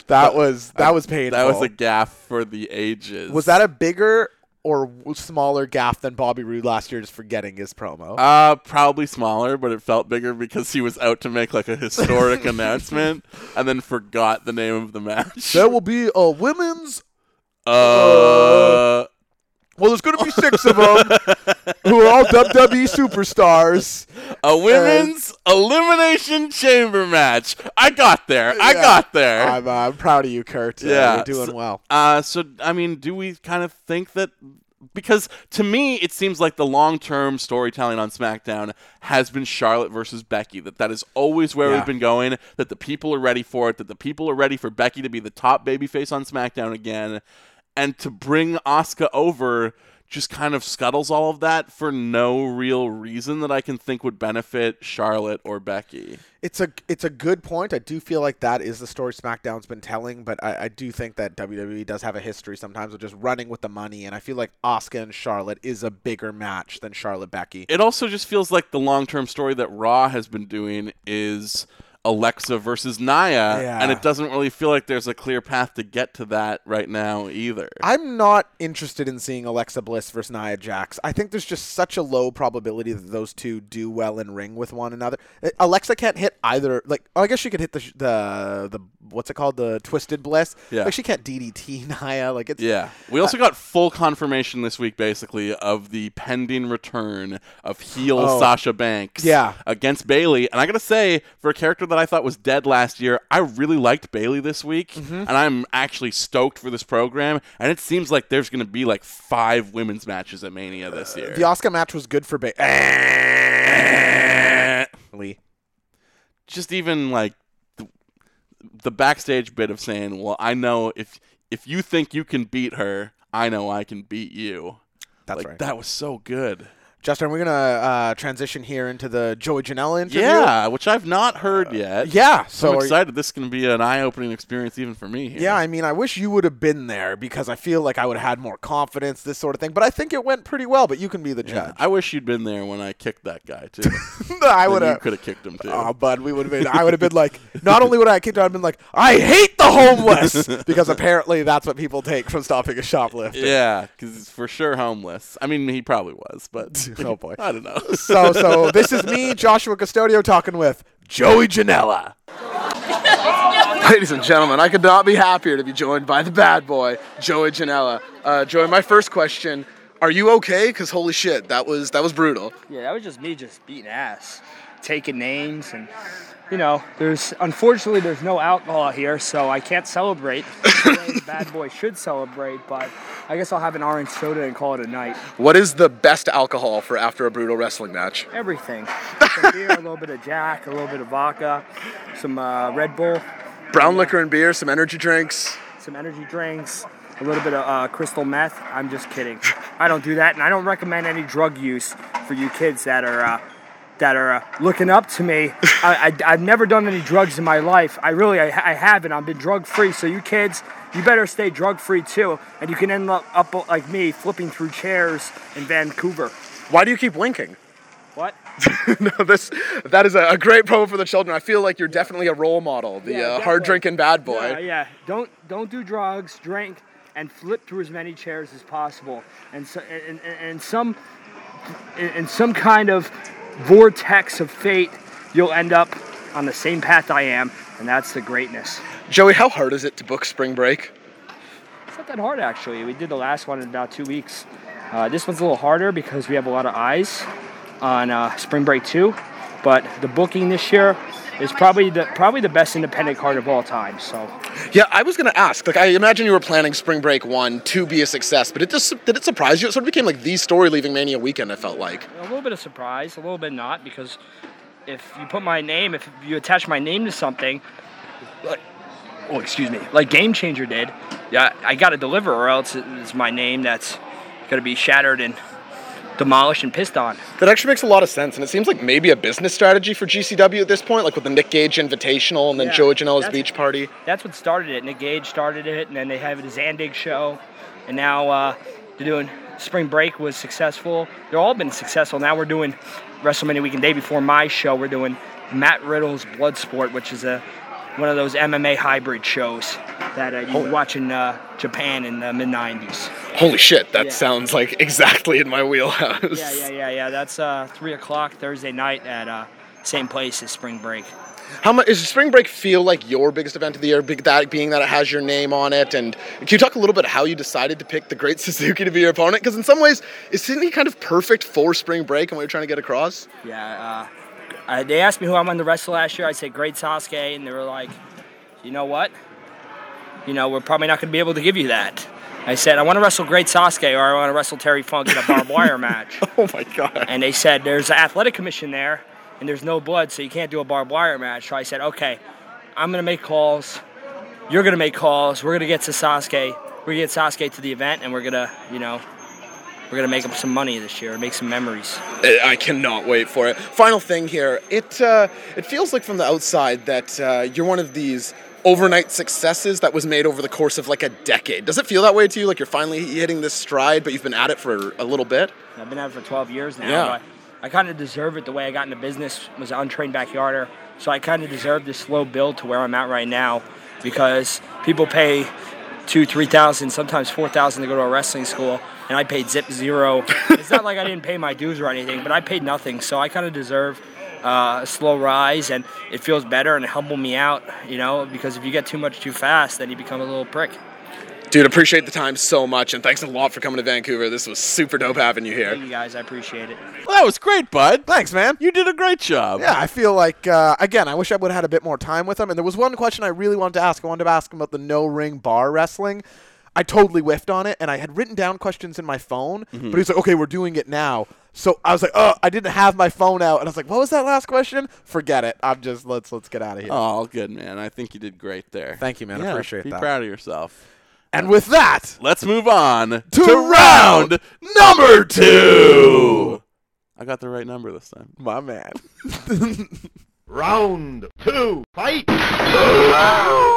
D: that was that was painful.
C: that was a gaff for the ages.
D: Was that a bigger or w- smaller gaff than Bobby Roode last year just for getting his promo?
C: Uh, probably smaller, but it felt bigger because he was out to make like a historic announcement and then forgot the name of the match.
D: there will be a women's
C: uh,
D: well, there's going to be six of them who are all WWE superstars.
C: a women's elimination chamber match. I got there. I
D: Yeah.
C: got there.
D: I'm, uh, I'm proud of you, Kurt. Uh,
C: Yeah,
D: you're doing
C: so-
D: well.
C: Uh, so I mean, do we kind of think that? Because to me, it seems like the long-term storytelling on SmackDown has been Charlotte versus Becky. That that is always where
D: Yeah.
C: we've been going. That the people are ready for it. That the people are ready for Becky to be the top babyface on SmackDown again, and to bring Asuka over just kind of scuttles all of that for no real reason that I can think would benefit Charlotte or Becky.
D: It's a it's a good point. I do feel like that is the story SmackDown's been telling, but I, I do think that WWE does have a history sometimes of just running with the money, and I feel like Asuka and Charlotte is a bigger match than Charlotte Becky.
C: it also just feels like the long term story that Raw has been doing is Alexa versus Naya,
D: Yeah.
C: and it doesn't really feel like there's a clear path to get to that right now either.
D: I'm not interested in seeing Alexa Bliss versus Nia Jax. I think there's just such a low probability that those two do well in ring with one another. Uh, Alexa can't hit either. Like, oh, I guess she could hit the sh- the the what's it called the Twisted Bliss.
C: Yeah.
D: Like she can't DDT Nia. Like it's
C: yeah. We also got full confirmation this week, basically, of the pending return of heel
D: Oh.
C: Sasha Banks
D: Yeah.
C: against Bailey. And I got to say, for a character that I thought was dead last year, I really liked Bailey this week.
D: Mm-hmm.
C: And I'm actually stoked for this program. And it seems like there's going to be like five women's matches at Mania this year.
D: Uh, The Oscar match was good for Bailey.
C: just even like the, the backstage bit of saying, "Well, I know if if you think you can beat her, I know I can beat you."
D: That's
C: like
D: right.
C: that was so good.
D: Justin, we're gonna uh, transition here into the Joey Janela interview.
C: Yeah, which I've not heard yet.
D: Uh, yeah. So
C: So I'm
D: are you-
C: excited. This is going to be an eye-opening experience even for me. Here.
D: Yeah, I mean, I wish you would have been there because I feel like I would have had more confidence, this sort of thing. But I think it went pretty well. But you can be the judge.
C: I wish you'd been there when I kicked that guy too.
D: I
C: Then
D: would
C: you
D: have.
C: could have kicked him too.
D: Oh, bud, we would have been. I would have been like, not only would I have kicked out, I'd have been like, I hate the homeless because apparently that's what people take from stopping a shoplifter.
C: yeah, because he's for sure homeless. I mean, he probably was, but
D: Oh, boy.
C: I don't know.
D: So, so this is me, Joshua Custodio, talking with Joey Janela.
F: Ladies and gentlemen, I could not be happier to be joined by the bad boy, Joey Janela. Uh, Joey, my first question: Are you okay? Because holy shit, that was that was brutal.
G: Yeah, that was just me just beating ass, taking names, and you know, there's unfortunately there's no alcohol here, so I can't celebrate. The way the Bad boy should celebrate, but I guess I'll have an orange soda and call it a night.
F: What is the best alcohol for after a brutal wrestling match?
G: Everything, some beer, a little bit of Jack, a little bit of vodka, some uh, Red Bull,
F: Brown liquor and beer, some energy drinks.
G: some energy drinks. A little bit of uh, crystal meth. I'm just kidding. I don't do that, and I don't recommend any drug use for you kids that are uh, that are uh, looking up to me. I, I, I've never done any drugs in my life. I really I, I haven't. I've been drug free. So you kids, you better stay drug free too, and you can end up, up like me flipping through chairs in Vancouver.
F: Why do you keep winking?
G: What?
F: no, this that is a, a great promo for the children. I feel like you're definitely a role model, the
G: Yeah,
F: uh,
G: definitely.
F: hard drinking bad boy.
G: Yeah, yeah. Don't don't do drugs. Drink and flip through as many chairs as possible. And so and, and, and some in, in some kind of vortex of fate, you'll end up on the same path I am, and that's the greatness.
F: Joey, how hard is it to book spring break?
G: It's not that hard actually. We did the last one in about two weeks. Uh, this one's a little harder because we have a lot of eyes on uh, spring break two, but the booking this year is probably the probably the best independent card of all time. So
F: Yeah, I was gonna ask. Like, I imagine you were planning Spring Break One to be a success, but it just did it surprise you? It sort of became like the story leaving Mania weekend. I felt like.
G: a little bit of surprise, a little bit not, because if you put my name, if you attach my name to something, like, oh excuse me, like Game Changer did, yeah, I got to deliver, or else it's my name that's gonna be shattered and demolished and pissed on.
F: That actually makes a lot of sense, and it seems like maybe a business strategy for GCW at this point, like with the Nick Gage Invitational and then
G: Yeah,
F: Joey Janela's
G: that's-
F: beach party.
G: That's what started it. Nick Gage started it, and then they have the Zandig show, and now uh, they're doing Spring Break was successful. They've all been successful. Now we're doing WrestleMania weekend day before my show. We're doing Matt Riddle's Bloodsport, which is a one of those MMA hybrid shows that uh, you watch in uh, Japan in the mid '90s.
F: Holy shit, that
G: Yeah.
F: sounds like exactly in my wheelhouse.
G: Yeah, yeah, yeah, yeah. That's uh, three o'clock Thursday night at uh, same place as Spring Break.
F: How much is Spring Break feel like your biggest event of the year? Big that being that it has your name on it, and can you talk a little bit how you decided to pick the Great Suzuki to be your opponent? Because in some ways, isn't he kind of perfect for Spring Break and what you're trying to get across?
G: Yeah, uh, I, they asked me who I wanted to wrestle last year. I said Great Sasuke, and they were like, "You know what? You know we're probably not going to be able to give you that." I said, "I want to wrestle Great Sasuke, or I want to wrestle Terry Funk in a barbed wire match."
F: Oh my god.
G: And they said, "There's an athletic commission there, and there's no blood, so you can't do a barbed wire match." So I said, "Okay, I'm going to make calls. You're going to make calls. We're going to get to Sasuke. We're going to get Sasuke to the event, and we're going to, you know." We're gonna make him some money this year, make some memories.
F: I I cannot wait for it. Final thing here. It uh, it feels like from the outside that uh, you're one of these overnight successes that was made over the course of like a decade. Does it feel that way to you? Like you're finally hitting this stride, but you've been at it for a little bit.
G: I've been at it for 12 years now.
F: Yeah.
G: but I kind of deserve it the way I got into business, was an untrained backyarder. So I kind of deserve this slow build to where I'm at right now because people pay two, 3,000, sometimes 4,000 to go to a wrestling school. And I paid zip zero. it's not like I didn't pay my dues or anything, but I paid nothing. So I kind of deserve uh, a slow rise and it feels better and it humbled me out, you know, because if you get too much too fast, then you become a little prick.
F: Dude, appreciate the time so much, and thanks a lot for coming to Vancouver. This was super dope having you here.
G: Thank you guys, I appreciate it.
C: Well, that was great, bud.
D: Thanks, man.
C: You did a great job.
D: Yeah, I feel like uh, again, I wish I would have had a bit more time with him. And there was one question I really wanted to ask. I wanted to ask him about the no ring bar wrestling. I totally whiffed on it, and I had written down questions in my phone. But he's like, "Okay, we're doing it now." So I was like, "Oh, I didn't have my phone out," and I was like, "What was that last question? Forget it. I'm just let's let's get out of here."
C: Oh, good man. I think you did great there.
D: Thank you, man. I
C: Yeah,
D: appreciate
C: be
D: that.
C: proud of yourself.
D: and with that,
C: Let's move on to,
D: round
C: round number two. I got the right number this time.
D: my man,
E: Round two. Fight.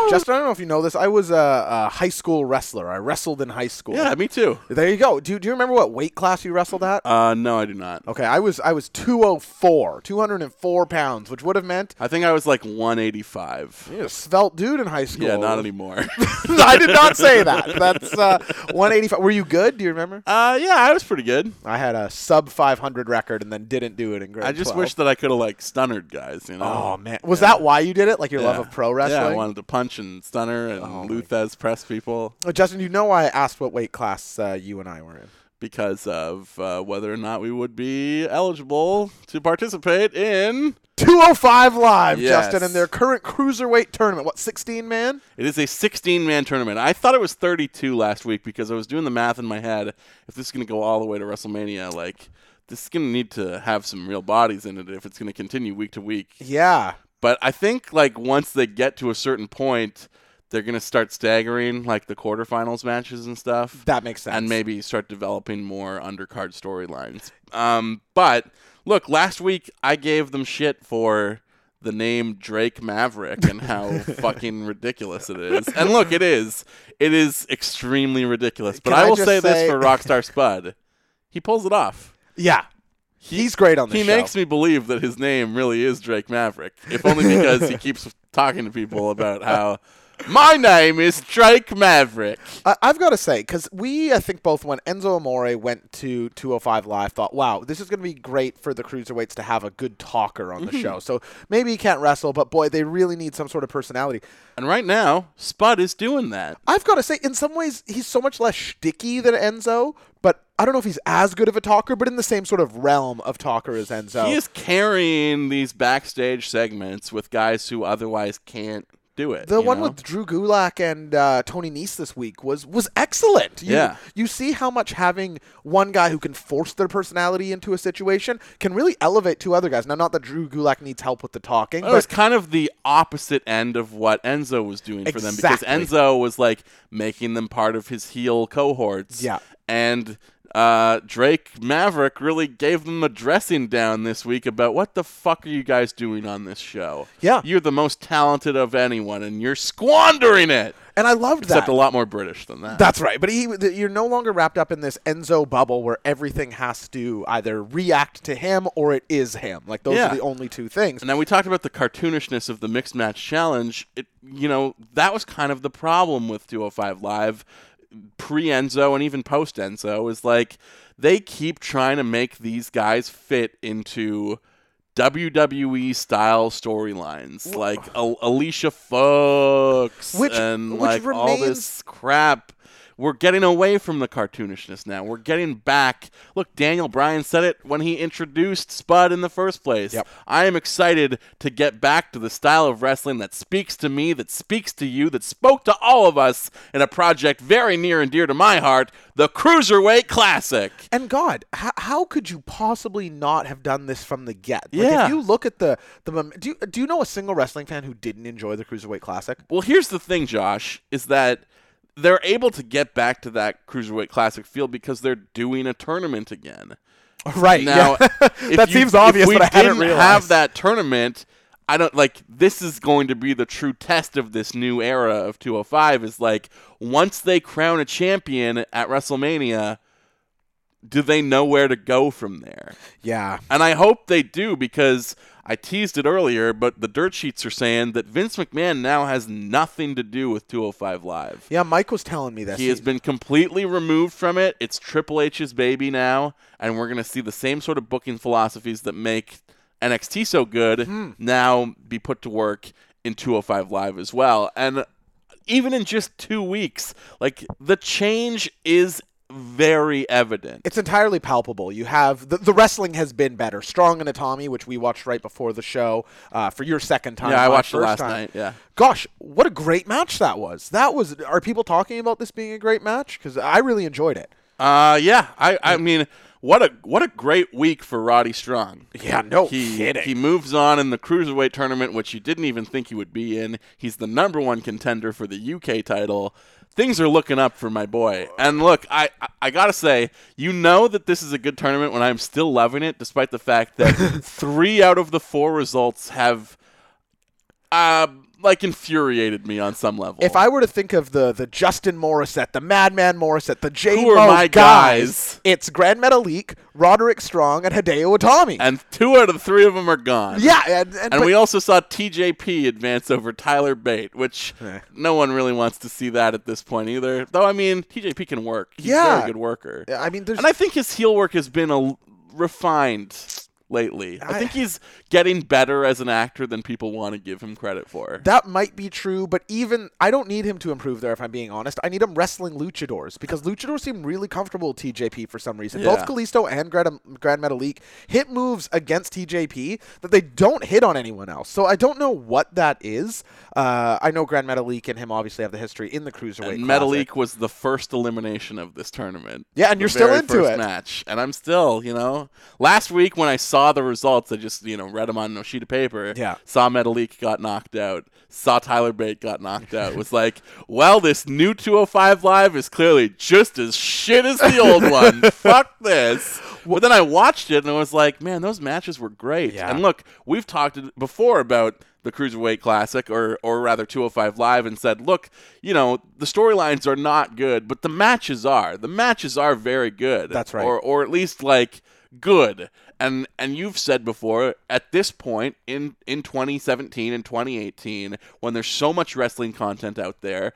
D: Justin, I don't know if you know this. I was a, a high school wrestler. I wrestled in high school.
C: Yeah, me too.
D: There you go. Do, do you remember what weight class you wrestled at?
C: Uh, no, I do not.
D: Okay, I was I was 204, 204 pounds, which would have meant
C: I think I was like 185.
D: you're a svelte dude in high school.
C: Yeah, not anymore.
D: I did not say that. That's uh, 185. Were you good? Do you remember?
C: uh, yeah, I was pretty good.
D: I had a sub 500 record and then didn't do it in grade.
C: I just
D: 12.
C: wish that I could have like stunnered guys. You know.
D: Oh man, was that why you did it? Like your love of pro wrestling? Oh,
C: Yeah, I wanted to punch and stunner and Luthez press people
D: Uh, Justin, you know why I asked what weight class uh, you and I were in.
C: because of uh, whether or not we would be eligible to participate in.
D: 205 live,
C: Yes.
D: Justin, in their current cruiserweight tournament. What 16 man?
C: It is a 16 man tournament. I thought it was 32 last week because I was doing the math in my head. If this is going to go all the way to WrestleMania, like this is going to need to have some real bodies in it if it's going to continue week to week.
D: Yeah.
C: But I think like once they get to a certain point, they're gonna start staggering like the quarterfinals matches and stuff.
D: That makes sense.
C: And maybe start developing more undercard storylines. Um, but look, last week I gave them shit for the name Drake Maverick and how fucking ridiculous it is. And look, it is. It is extremely ridiculous. But
D: Can
C: I
D: I
C: will
D: just
C: say this
D: say-
C: for Rockstar Spud. He pulls it off.
D: Yeah. He's great on this
C: He
D: show.
C: makes me believe that his name really is Drake Maverick, if only because he keeps talking to people about how My name is Drake Maverick.
D: I, I've got to say, because we, I think, both when Enzo Amore went to 205 Live, thought, wow, this is going to be great for the cruiserweights to have a good talker on the
C: Mm-hmm.
D: show. So maybe he can't wrestle, but boy, they really need some sort of personality.
C: And right now, Spud is doing that.
D: I've got to say, in some ways, he's so much less shticky than Enzo, but I don't know if he's as good of a talker, but in the same sort of realm of talker as Enzo.
C: He is carrying these backstage segments with guys who otherwise can't do it.
D: The
C: you
D: one
C: know?
D: with Drew Gulak and uh, Tony Nese this week was was excellent. You,
C: Yeah.
D: you see how much having one guy who can force their personality into a situation can really elevate two other guys. Now, not that Drew Gulak needs help with the talking,
C: It was
D: but
C: kind of the opposite end of what Enzo was doing for them because
D: Exactly.
C: Enzo was like making them part of his heel cohorts.
D: Yeah.
C: And uh, Drake Maverick really gave them a dressing down this week about what the fuck are you guys doing on this show?
D: Yeah.
C: You're the most talented of anyone and you're squandering it.
D: and I loved
C: Except a
D: that.
C: lot more British than that.
D: That's right, but he, th- you're no longer wrapped up in this Enzo bubble where everything has to either react to him or it is him. Like those
C: Yeah.
D: are the only two things.
C: And then we talked about the cartoonishness of the mixed match challenge. It, you know, that was kind of the problem with 205 Live pre Enzo and even post Enzo is like they keep trying to make these guys fit into WWE style storylines, like Al- Alicia Fox
D: Which-
C: and
D: which
C: like all this
D: remains-
C: crap. We're getting away from the cartoonishness now. We're getting back. Look, Daniel Bryan said it when he introduced Spud in the first place.
D: Yep.
C: I am excited to get back to the style of wrestling that speaks to me, that speaks to you, that spoke to all of us in a project very near and dear to my heart the Cruiserweight Classic.
D: And God, how, how could you possibly not have done this from the get? Like,
C: Yeah.
D: If you look at the the mom- do you, do you know a single wrestling fan who didn't enjoy the Cruiserweight Classic?
C: Well, here's the thing, Josh, is that they're able to get back to that Cruiserweight Classic feel because they're doing a tournament again.
D: Right.
C: Now, if
D: that
C: you-
D: seems obvious,
C: If we
D: but I
C: didn't
D: hadn't realized.
C: have that tournament, I don't like. This is going to be the true test of this new era of 205. Is like once they crown a champion at WrestleMania, do they know where to go from there?
D: Yeah.
C: And I hope they do because I teased it earlier, but the dirt sheets are saying that Vince McMahon now has nothing to do with 205 Live.
D: Yeah. Mike was telling me this.
C: He has been completely removed from it. It's Triple H's baby now, and we're going to see the same sort of booking philosophies that make NXT so good now be put to work in 205 Live as well. And even in just two weeks, like the change is very evident.
D: It's entirely palpable. You have the, the wrestling has been better. Strong Anatomy, which we watched right before the show uh, for your second time.
C: Yeah, I
D: my
C: watched it
D: first
C: last
D: time.
C: night, yeah.
D: Gosh, what a great match that was. That was. Are people talking about this being a great match? Because I really enjoyed it.
C: Uh, yeah, I, I mean, what a what a great week for Roddy Strong.
D: Yeah, no
C: he,
D: kidding.
C: He moves on in the cruiserweight tournament, which you didn't even think he would be in. He's the number one contender for the UK title. Things are looking up for my boy. And look, I, I, I gotta say, you know that this is a good tournament when I'm still loving it, despite the fact that three out of the four results have, uh, like infuriated me on some level.
D: If I were to think of the the Justin Morissette, the Madman Morissette, the J
C: Who are
D: Mo
C: my guys?
D: it's Grand Metalik, Roderick Strong, and Hideo Itami.
C: and two out of the three of them are gone.
D: yeah, and, and,
C: And
D: but-
C: we also saw TJP advance over Tyler Bate, which no one really wants to see that at this point either. Though I mean, TJP can work. He's a very
D: Yeah.
C: good worker.
D: I mean, there's
C: And I think his heel work has been a l- refined lately. I,
D: I-
C: think he's getting better as an actor than people want to give him credit for.
D: that might be true, but even I don't need him to improve there. If I'm being honest, I need him wrestling luchadors because luchadors seem really comfortable with TJP for some reason.
C: Yeah.
D: Both Kalisto and Grand, Grand Metalik hit moves against TJP that they don't hit on anyone else. So I don't know what that is. Uh, I know Grand Metalik and him obviously have the history in the cruiserweight.
C: and
D: Classic.
C: Metalik was the first elimination of this tournament.
D: Yeah, and
C: The
D: you're still
C: very
D: into
C: first
D: it.
C: Match, and I'm still, you know. Last week when I saw the results, I just, you know, read them on a sheet of paper.
D: Yeah.
C: Saw Metalik got knocked out. Saw Tyler Bate got knocked out. Was like, well, this new 205 Live is clearly just as shit as the old one. Fuck this. But then I watched it and I was like, man, those matches were great.
D: Yeah.
C: And look, we've talked before about the Cruiserweight Classic, or or rather 205 Live, and said, look, you know, the storylines are not good, but the matches are. The matches are very good.
D: That's right.
C: Or or at least like good. And and you've said before at this point in in 2017 and 2018 when there's so much wrestling content out there,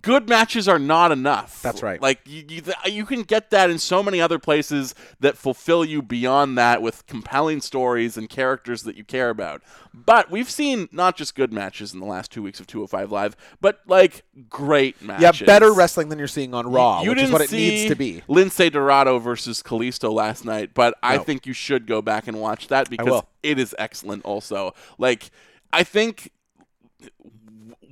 C: good matches are not enough.
D: That's right.
C: Like you, you, th- you can get that in so many other places that fulfill you beyond that with compelling stories and characters that you care about. But we've seen not just good matches in the last two weeks of 205 Live, but like great
D: Yeah,
C: matches.
D: better wrestling than you're seeing on Raw,
C: You
D: which
C: didn't
D: is what it
C: see
D: needs to be.
C: Lindsay Dorado versus Kalisto last night, but I
D: No.
C: think you should go back and watch that because
D: will.
C: it is excellent. Also, like I think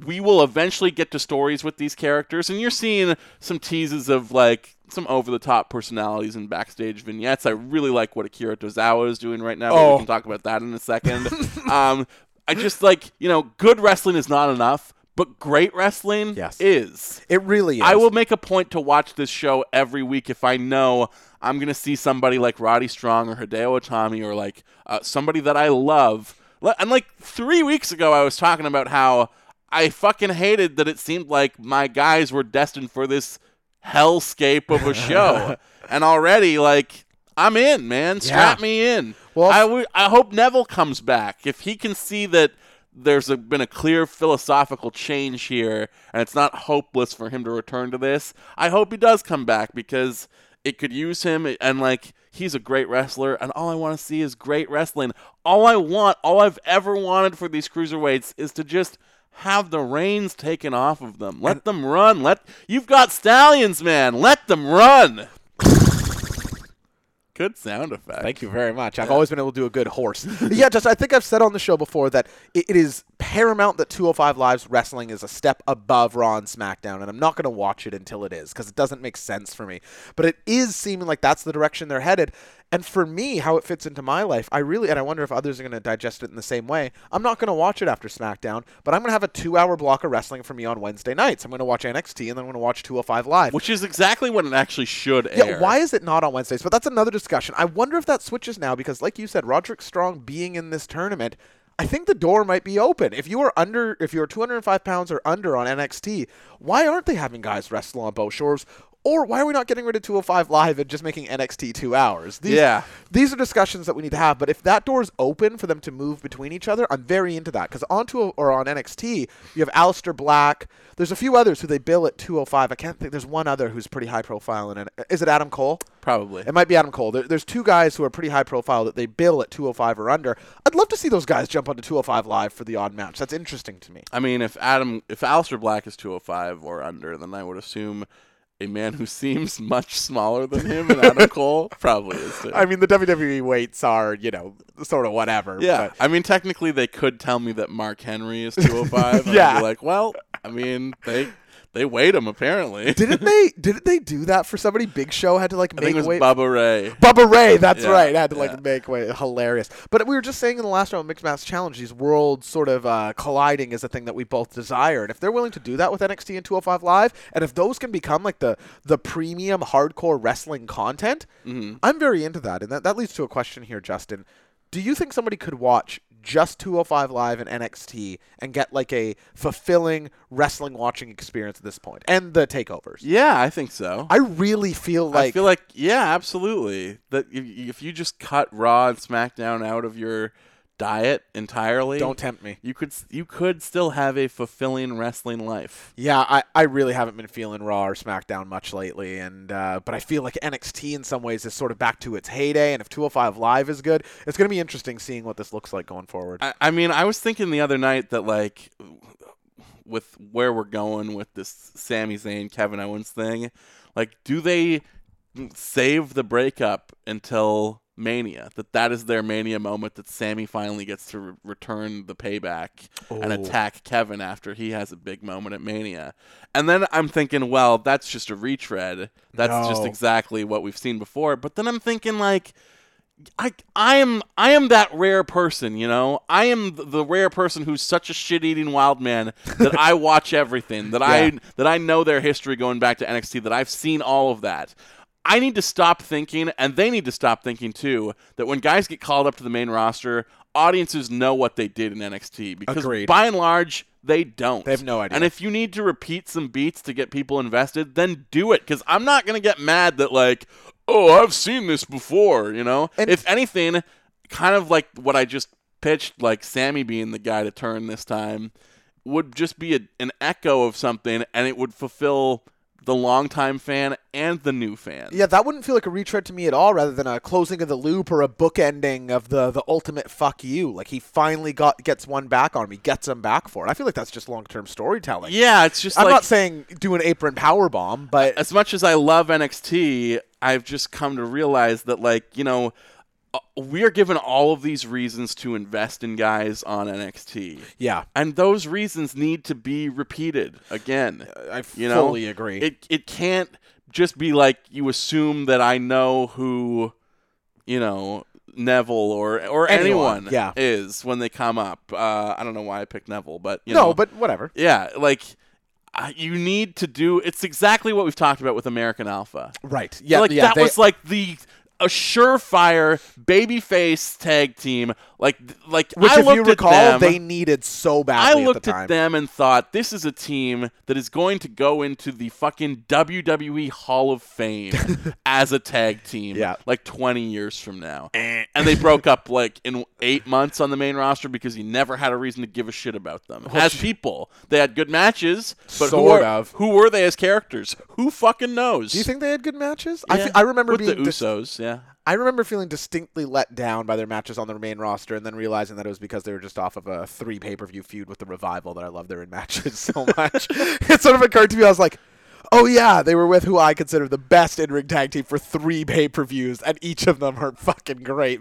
C: we will eventually get to stories with these characters, and you're seeing some teases of like some over the top personalities and backstage vignettes. I really like what Akira Tozawa is doing right now. but
D: Oh.
C: We can talk about that in a second. um, I just like you know, good wrestling is not enough. But great wrestling
D: Yes.
C: is.
D: It really is.
C: I will make a point to watch this show every week if I know I'm going to see somebody like Roddy Strong or Hideo Itami or like uh, somebody that I love. Le- And like three weeks ago, I was talking about how I fucking hated that it seemed like my guys were destined for this hellscape of a show. and already, like, I'm in, man. Strap me in.
D: Well,
C: Well, I w- I hope Neville comes back. If he can see that there's a, been a clear philosophical change here and it's not hopeless for him to return to this, I hope he does come back because it could use him. And, like, he's a great wrestler, and all I want to see is great wrestling. All I want, all I've ever wanted for these cruiserweights is to just have the reins taken off of them. Let them run. Let You've got stallions, man. Let them run. Good sound effect.
H: Thank you very much.
D: I've always been able to do a good horse. yeah, just I think I've said on the show before that it, it is paramount that 205 Live's wrestling is a step above Raw and SmackDown, and I'm not going to watch it until it is because it doesn't make sense for me. But it is seeming like that's the direction they're headed. And for me, how it fits into my life, I really, and I wonder if others are going to digest it in the same way. I'm not going to watch it after SmackDown, but I'm going to have a two hour block of wrestling for me on Wednesday nights. I'm going to watch NXT, and then I'm going to watch 205 Live.
C: Which is exactly when it actually should air.
D: Yeah, why is it not on Wednesdays? But that's another discussion. I wonder if that switches now because, like you said, Roderick Strong being in this tournament, I think the door might be open. If you are under, if you are 205 pounds or under on NXT, why aren't they having guys wrestle on both shores? Or why are we not getting rid of 205 Live and just making NXT two hours? These,
C: Yeah.
D: These are discussions that we need to have. But if that door is open for them to move between each other, I'm very into that. Because on two or on NXT, you have Alistair Black. There's a few others who they bill at 205. I can't think. There's one other who's pretty high profile. And is it Adam Cole?
C: Probably.
D: It might be Adam Cole. There, there's two guys who are pretty high profile that they bill at 205 or under. I'd love to see those guys jump onto 205 live for the odd match. That's interesting to me.
C: I mean, if Adam, if Alistair Black is 205 or under, then I would assume a man who seems much smaller than him and Adam Cole probably is too.
D: I mean, the WWE weights are, you know, sort of whatever.
C: yeah,
D: but-
C: I mean, technically they could tell me that Mark Henry is 205. And I'd
D: Yeah.
C: be like, well, I mean, they they weighed him apparently.
D: didn't they? Didn't they do that for somebody? Big Show had to
C: I
D: like make
C: think it was
D: weight.
C: Bubba Ray.
D: Bubba Ray, that's
C: Yeah,
D: right. Had to like
C: yeah.
D: make way hilarious. But we were just saying in the last round of Mixed Match Challenge, these worlds sort of uh, colliding is a thing that we both desire. And if they're willing to do that with NXT and 205 Live, and if those can become like the the premium hardcore wrestling content,
C: Mm-hmm.
D: I'm very into that. And that, that leads to a question here, Justin. Do you think somebody could watch just 205 Live and NXT and get like a fulfilling wrestling watching experience at this point and the takeovers?
C: Yeah, I think so.
D: I really feel like
C: I feel like yeah, absolutely. That if, if you just cut Raw and SmackDown out of your diet entirely,
D: Don't tempt me.
C: You could s- you could still have a fulfilling wrestling life.
D: Yeah, I, I really haven't been feeling Raw or SmackDown much lately, and uh, but I feel like NXT in some ways is sort of back to its heyday, and if 205 Live is good, it's going to be interesting seeing what this looks like going forward.
C: I, I mean, I was thinking the other night that like with where we're going with this Sami Zayn Kevin Owens thing, like do they save the breakup until Mania? That that is their Mania moment that Sammy finally gets to re- return the payback and attack Kevin after he has a big moment at Mania. And then I'm thinking, well, that's just a retread. That's just
D: No.
C: exactly what we've seen before. But then I'm thinking like I I am I am that rare person, you know. I am th- the rare person who's such a shit-eating wild man that I watch everything, that I that I know their history going back to NXT, that I've seen all of that. I need to stop thinking, and they need to stop thinking too, that when guys get called up to the main roster, audiences know what they did in NXT because
D: Agreed.
C: by and large they don't.
D: They have no idea.
C: And if you need to repeat some beats to get people invested, then do it. Because I'm not gonna get mad that like, oh, I've seen this before, you know?
D: And-
C: if anything, kind of like what I just pitched, like Sammy being the guy to turn this time, would just be a, an echo of something and it would fulfill the longtime fan and the new fan.
D: Yeah, that wouldn't feel like a retread to me at all, rather than a closing of the loop or a bookending of the the ultimate fuck you. Like he finally got gets one back on me, gets him back for it. I feel like that's just long term storytelling.
C: Yeah, it's just
D: I'm
C: like
D: not saying do an apron power bomb, but
C: as much as I love NXT, I've just come to realize that, like, you know, uh, we are given all of these reasons to invest in guys on NXT.
D: yeah,
C: And those reasons need to be repeated again.
D: Uh, I
C: you know?
D: fully agree.
C: It, it can't just be like you assume that I know who, you know, Neville or, or
D: Anyone,
C: anyone,
D: yeah.
C: is when they come up. Uh, I don't know why I picked Neville, but, you
D: no,
C: know.
D: but whatever.
C: Yeah, like uh, you need to do. It's exactly what we've talked about with American Alpha.
D: Right. Yeah.
C: like
D: yeah,
C: that
D: they-
C: was like the a surefire babyface tag team. Like th- like
D: which,
C: I
D: if
C: looked
D: you
C: at
D: recall,
C: them-
D: they needed so
C: I
D: badly.
C: looked
D: at, the time.
C: at them and thought this is a team that is going to go into the fucking WWE Hall of Fame as a tag team
D: Yeah. Eh.
C: like 20 years from now. and they broke up like in 8 months on the main roster because you never had a reason to give a shit about them. as people, they had good matches, but who
D: Sort
C: are,
D: of.
C: who were they as characters? Who fucking knows?
D: Do you think they had good matches? I
C: Yeah.
D: fe- I remember
C: with
D: being
C: the
D: dis-
C: Usos, yeah.
D: I remember feeling distinctly let down by their matches on the main roster, and then realizing that it was because they were just off of a three pay per view feud with the revival that I love their in matches so much. it sort of occurred to me, I was like, oh yeah, they were with who I consider the best in ring tag team for three pay per views, and each of them are fucking great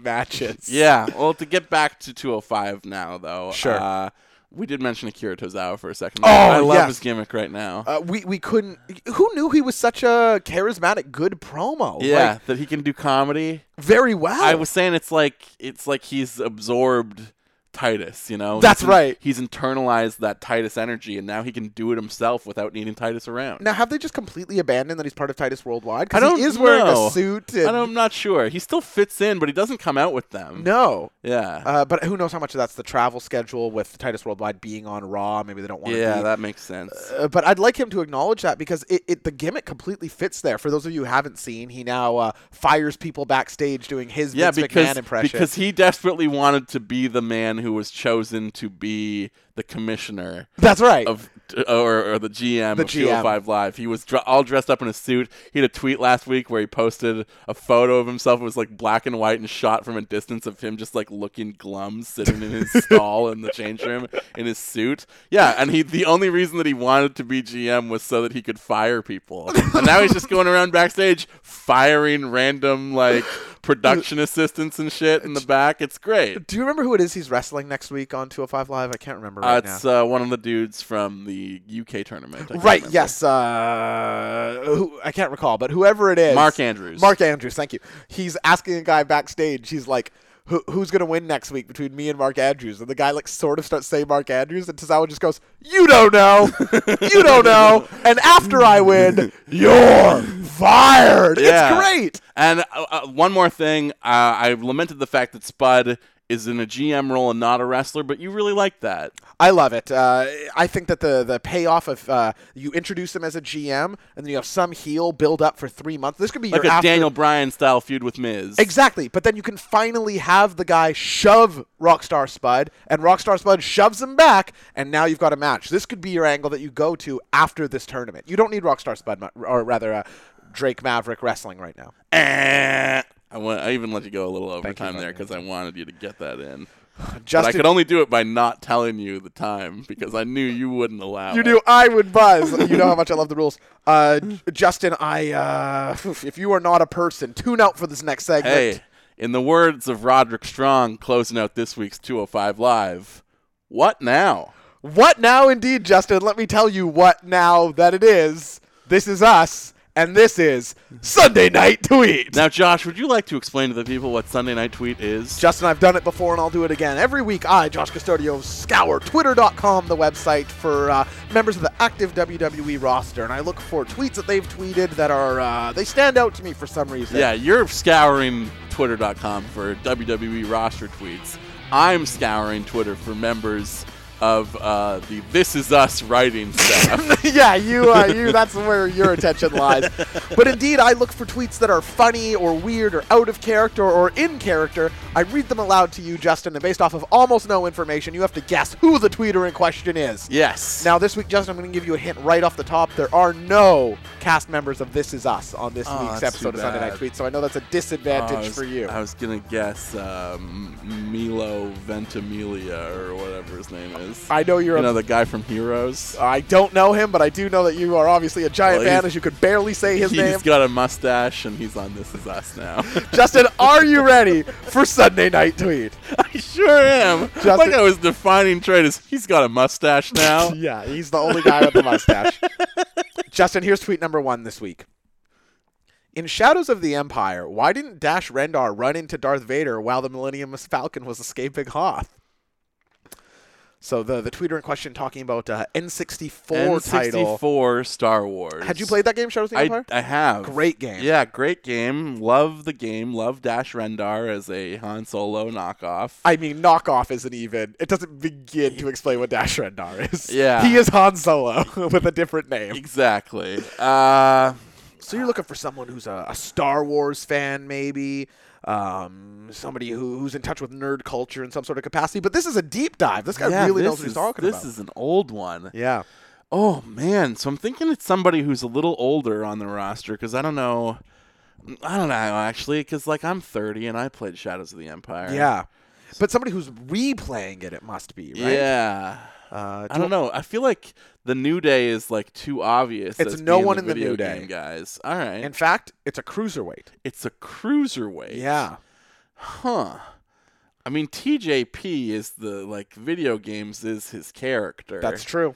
D: matches.
C: Yeah. Well, to get back to 205 now, though.
D: Sure.
C: Uh, we did mention Akira Tozawa for a second.
D: Oh,
C: I love
D: yes.
C: his gimmick right now.
D: Uh, we we couldn't. Who knew he was such a charismatic, good promo?
C: yeah,
D: like, Oh.
C: that he can do comedy.
D: very well.
C: I was saying it's like it's like he's absorbed Titus, you know.
D: That's
C: He's in-
D: right.
C: He's internalized that Titus energy, and now he can do it himself without needing Titus around.
D: Now, have they just completely abandoned that he's part of Titus Worldwide?
C: I
D: Because
C: don't
D: he is wearing
C: know.
D: a suit.
C: I
D: And
C: don't, I'm not sure. He still fits in, but he doesn't come out with them.
D: No.
C: Yeah.
D: Uh, but who knows how much of that's the travel schedule with Titus Worldwide being on Raw? Maybe they don't want to
C: yeah,
D: be.
C: that makes sense.
D: uh, but I'd like him to acknowledge that because it, it the gimmick completely fits there. For those of you who haven't seen, he now uh, fires people backstage doing his
C: yeah,
D: Vince
C: because
D: McMahon impression.
C: because he desperately wanted to be the man who was chosen to be the commissioner.
D: that's right.
C: of uh, or, or the GM
D: The
C: of 205 Live. He was dr- all dressed up in a suit. He had a tweet last week where he posted a photo of himself. It was like black and white and shot from a distance of him just like looking glum, sitting in his stall in the change room in his suit. Yeah, and he the only reason that he wanted to be GM was so that he could fire people. and now he's just going around backstage firing random like production assistants and shit in the back. It's great.
D: Do you remember who it is he's wrestling next week on 205 Live? I can't remember
C: Uh,
D: right now.
C: it's uh, one of the dudes from the UK tournament. I can't
D: Right,
C: remember.
D: yes. Uh, who, I can't recall, but whoever it is.
C: Mark Andrews.
D: Mark Andrews, thank you. He's asking a guy backstage, he's like, "Who- who's going to win next week between me and Mark Andrews? And the guy, like, sort of starts saying Mark Andrews, and Tozawa just goes, you don't know. you don't know. And after I win, you're fired.
C: Yeah.
D: It's great.
C: And uh, uh, one more thing, uh, I lamented the fact that Spud is in a GM role and not a wrestler, but you really like that.
D: I love it. Uh, I think that the the payoff of uh, you introduce him as a GM, and then you have some heel build up for three months. This could be
C: Like
D: your
C: a
D: after-
C: Daniel Bryan style feud with Miz.
D: Exactly, but then you can finally have the guy shove Rockstar Spud, and Rockstar Spud shoves him back, and now you've got a match. This could be your angle that you go to after this tournament. You don't need Rockstar Spud, mu- or rather, uh, Drake Maverick wrestling right now.
C: Eh. I, went, I even let you go a little overtime
D: Thank
C: there
D: you.
C: because I wanted you to get that in. but I
D: Justin,
C: could only do it by not telling you the time because I knew you wouldn't allow
D: you
C: it.
D: knew I would buzz. you know how much I love the rules. Uh, J- Justin, I uh, if you are not a person, tune out for this next segment.
C: Hey, in the words of Roderick Strong closing out this week's 205 Live, what now?
D: What now, indeed, Justin? Let me tell you what now that it is. This is us, and this is Sunday Night Tweet.
C: Now, Josh, would you like to explain to the people what Sunday Night Tweet is?
D: Justin, I've done it before and I'll do it again. Every week, I, Josh Custodio, scour twitter.com, the website for uh, members of the active WWE roster, and I look for tweets that they've tweeted that are, uh, they stand out to me for some reason.
C: Yeah, you're scouring E Twitter.com for WWE roster tweets. I'm scouring Twitter for members of uh, the This Is Us writing staff.
D: yeah, you, uh, you. That's where your attention lies. But indeed, I look for tweets that are funny or weird or out of character or in character. I read them aloud to you, Justin, and based off of almost no information, you have to guess who the tweeter in question is.
C: yes.
D: Now, this week, Justin, I'm going to give you a hint right off the top. There are no cast members of This Is Us on this
C: Oh,
D: week's
C: that's too
D: episode of Sunday Night
C: bad.
D: Tweets, so I know that's a
C: Oh, I
D: disadvantage
C: was-
D: for you.
C: I was gonna guess um, Milo Ventimiglia or whatever his name is.
D: I know you're
C: you
D: a
C: know the guy from Heroes.
D: I don't know him, but I do know that you are obviously a giant
C: Well, he's-
D: fan, as you could barely say his
C: He's
D: name.
C: got a mustache and he's on This Is Us now.
D: Justin, are you ready for Sunday Night Tweet?
C: I sure am.
D: Justin-
C: like I was defining trait is he's got a mustache now.
D: Yeah, he's the only guy with the mustache. Justin, here's tweet number one this week. In Shadows of the Empire, why didn't Dash Rendar run into Darth Vader while the Millennium Falcon was escaping Hoth? So the the tweeter in question talking about uh, N64, title.
C: N64 Star Wars.
D: Had you played that game, Shadows of the
C: I,
D: Empire?
C: I have.
D: Great game.
C: Yeah, great game. Love the game. Love Dash Rendar as a Han Solo knockoff.
D: I mean, knockoff isn't even. It doesn't begin to explain what Dash Rendar is.
C: Yeah.
D: he is Han Solo with a different name.
C: exactly. Uh,
D: So you're looking for someone who's a, a Star Wars fan, maybe um, somebody who, who's in touch with nerd culture in some sort of capacity. But this is a deep dive. This guy
C: yeah,
D: really
C: this
D: knows what he's
C: is-
D: talking
C: this
D: about.
C: is an old one.
D: yeah,
C: Oh man, so I'm thinking it's somebody who's a little older on the roster because I don't know, I don't know actually because like I'm 30 and I played Shadows of the Empire.
D: yeah. But somebody who's replaying it, it must be right.
C: yeah.
D: Uh,
C: I don't know. I feel like the New Day is like too obvious.
D: It's
C: as
D: no
C: being
D: one
C: the
D: in the
C: video
D: New Day.
C: game guys. All right,
D: In fact, it's a cruiserweight.
C: it's a cruiserweight.
D: Yeah.
C: Huh. I mean, TJP is the like video games is his character.
D: That's true.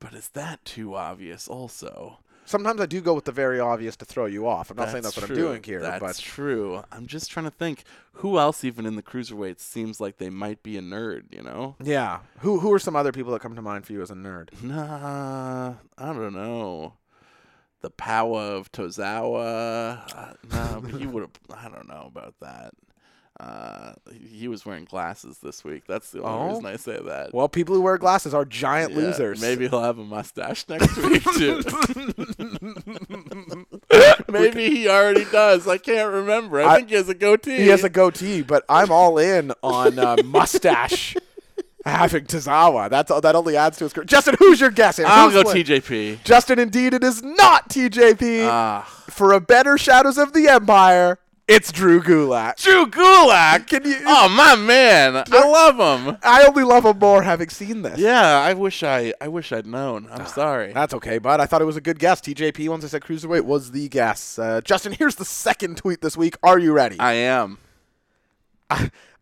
C: But is that too obvious? Also.
D: Sometimes I do go with the very obvious to throw you off. I'm not saying that's what I'm
C: true.
D: doing here,
C: That's
D: but
C: true. I'm just trying to think who else even in the cruiserweights seems like they might be a nerd. You know?
D: yeah. Who who are some other people that come to mind for you as a nerd?
C: Nah, I don't know. The power of Tozawa. Uh, no, but he would have. I don't know about that. Uh, he- he was wearing glasses this week. That's the only
D: Oh?
C: reason I say that.
D: Well, people who wear glasses are giant
C: Yeah,
D: losers.
C: Maybe he'll have a mustache next week too. maybe he already does. I can't remember. I,
D: I-
C: think he has a goatee.
D: He has a goatee, but I'm all in on uh, mustache having Tozawa. That's all, that only adds to his career. Justin, who's your guess? here?
C: I'll
D: Who's
C: go
D: playing?
C: TJP.
D: Justin, indeed, it is not TJP.
C: Ah,
D: For a better Shadows of the Empire, it's Drew Gulak.
C: Drew Gulak.
D: Can you?
C: Oh my man, I love him.
D: I only love him more having seen this.
C: Yeah, I wish I, I wish I'd known.
D: Ah.
C: I'm sorry.
D: That's okay, bud. I thought it was a good guess. TJP, once I said cruiserweight, was the guess. Uh, Justin, here's the second tweet this week. Are you ready?
C: I am.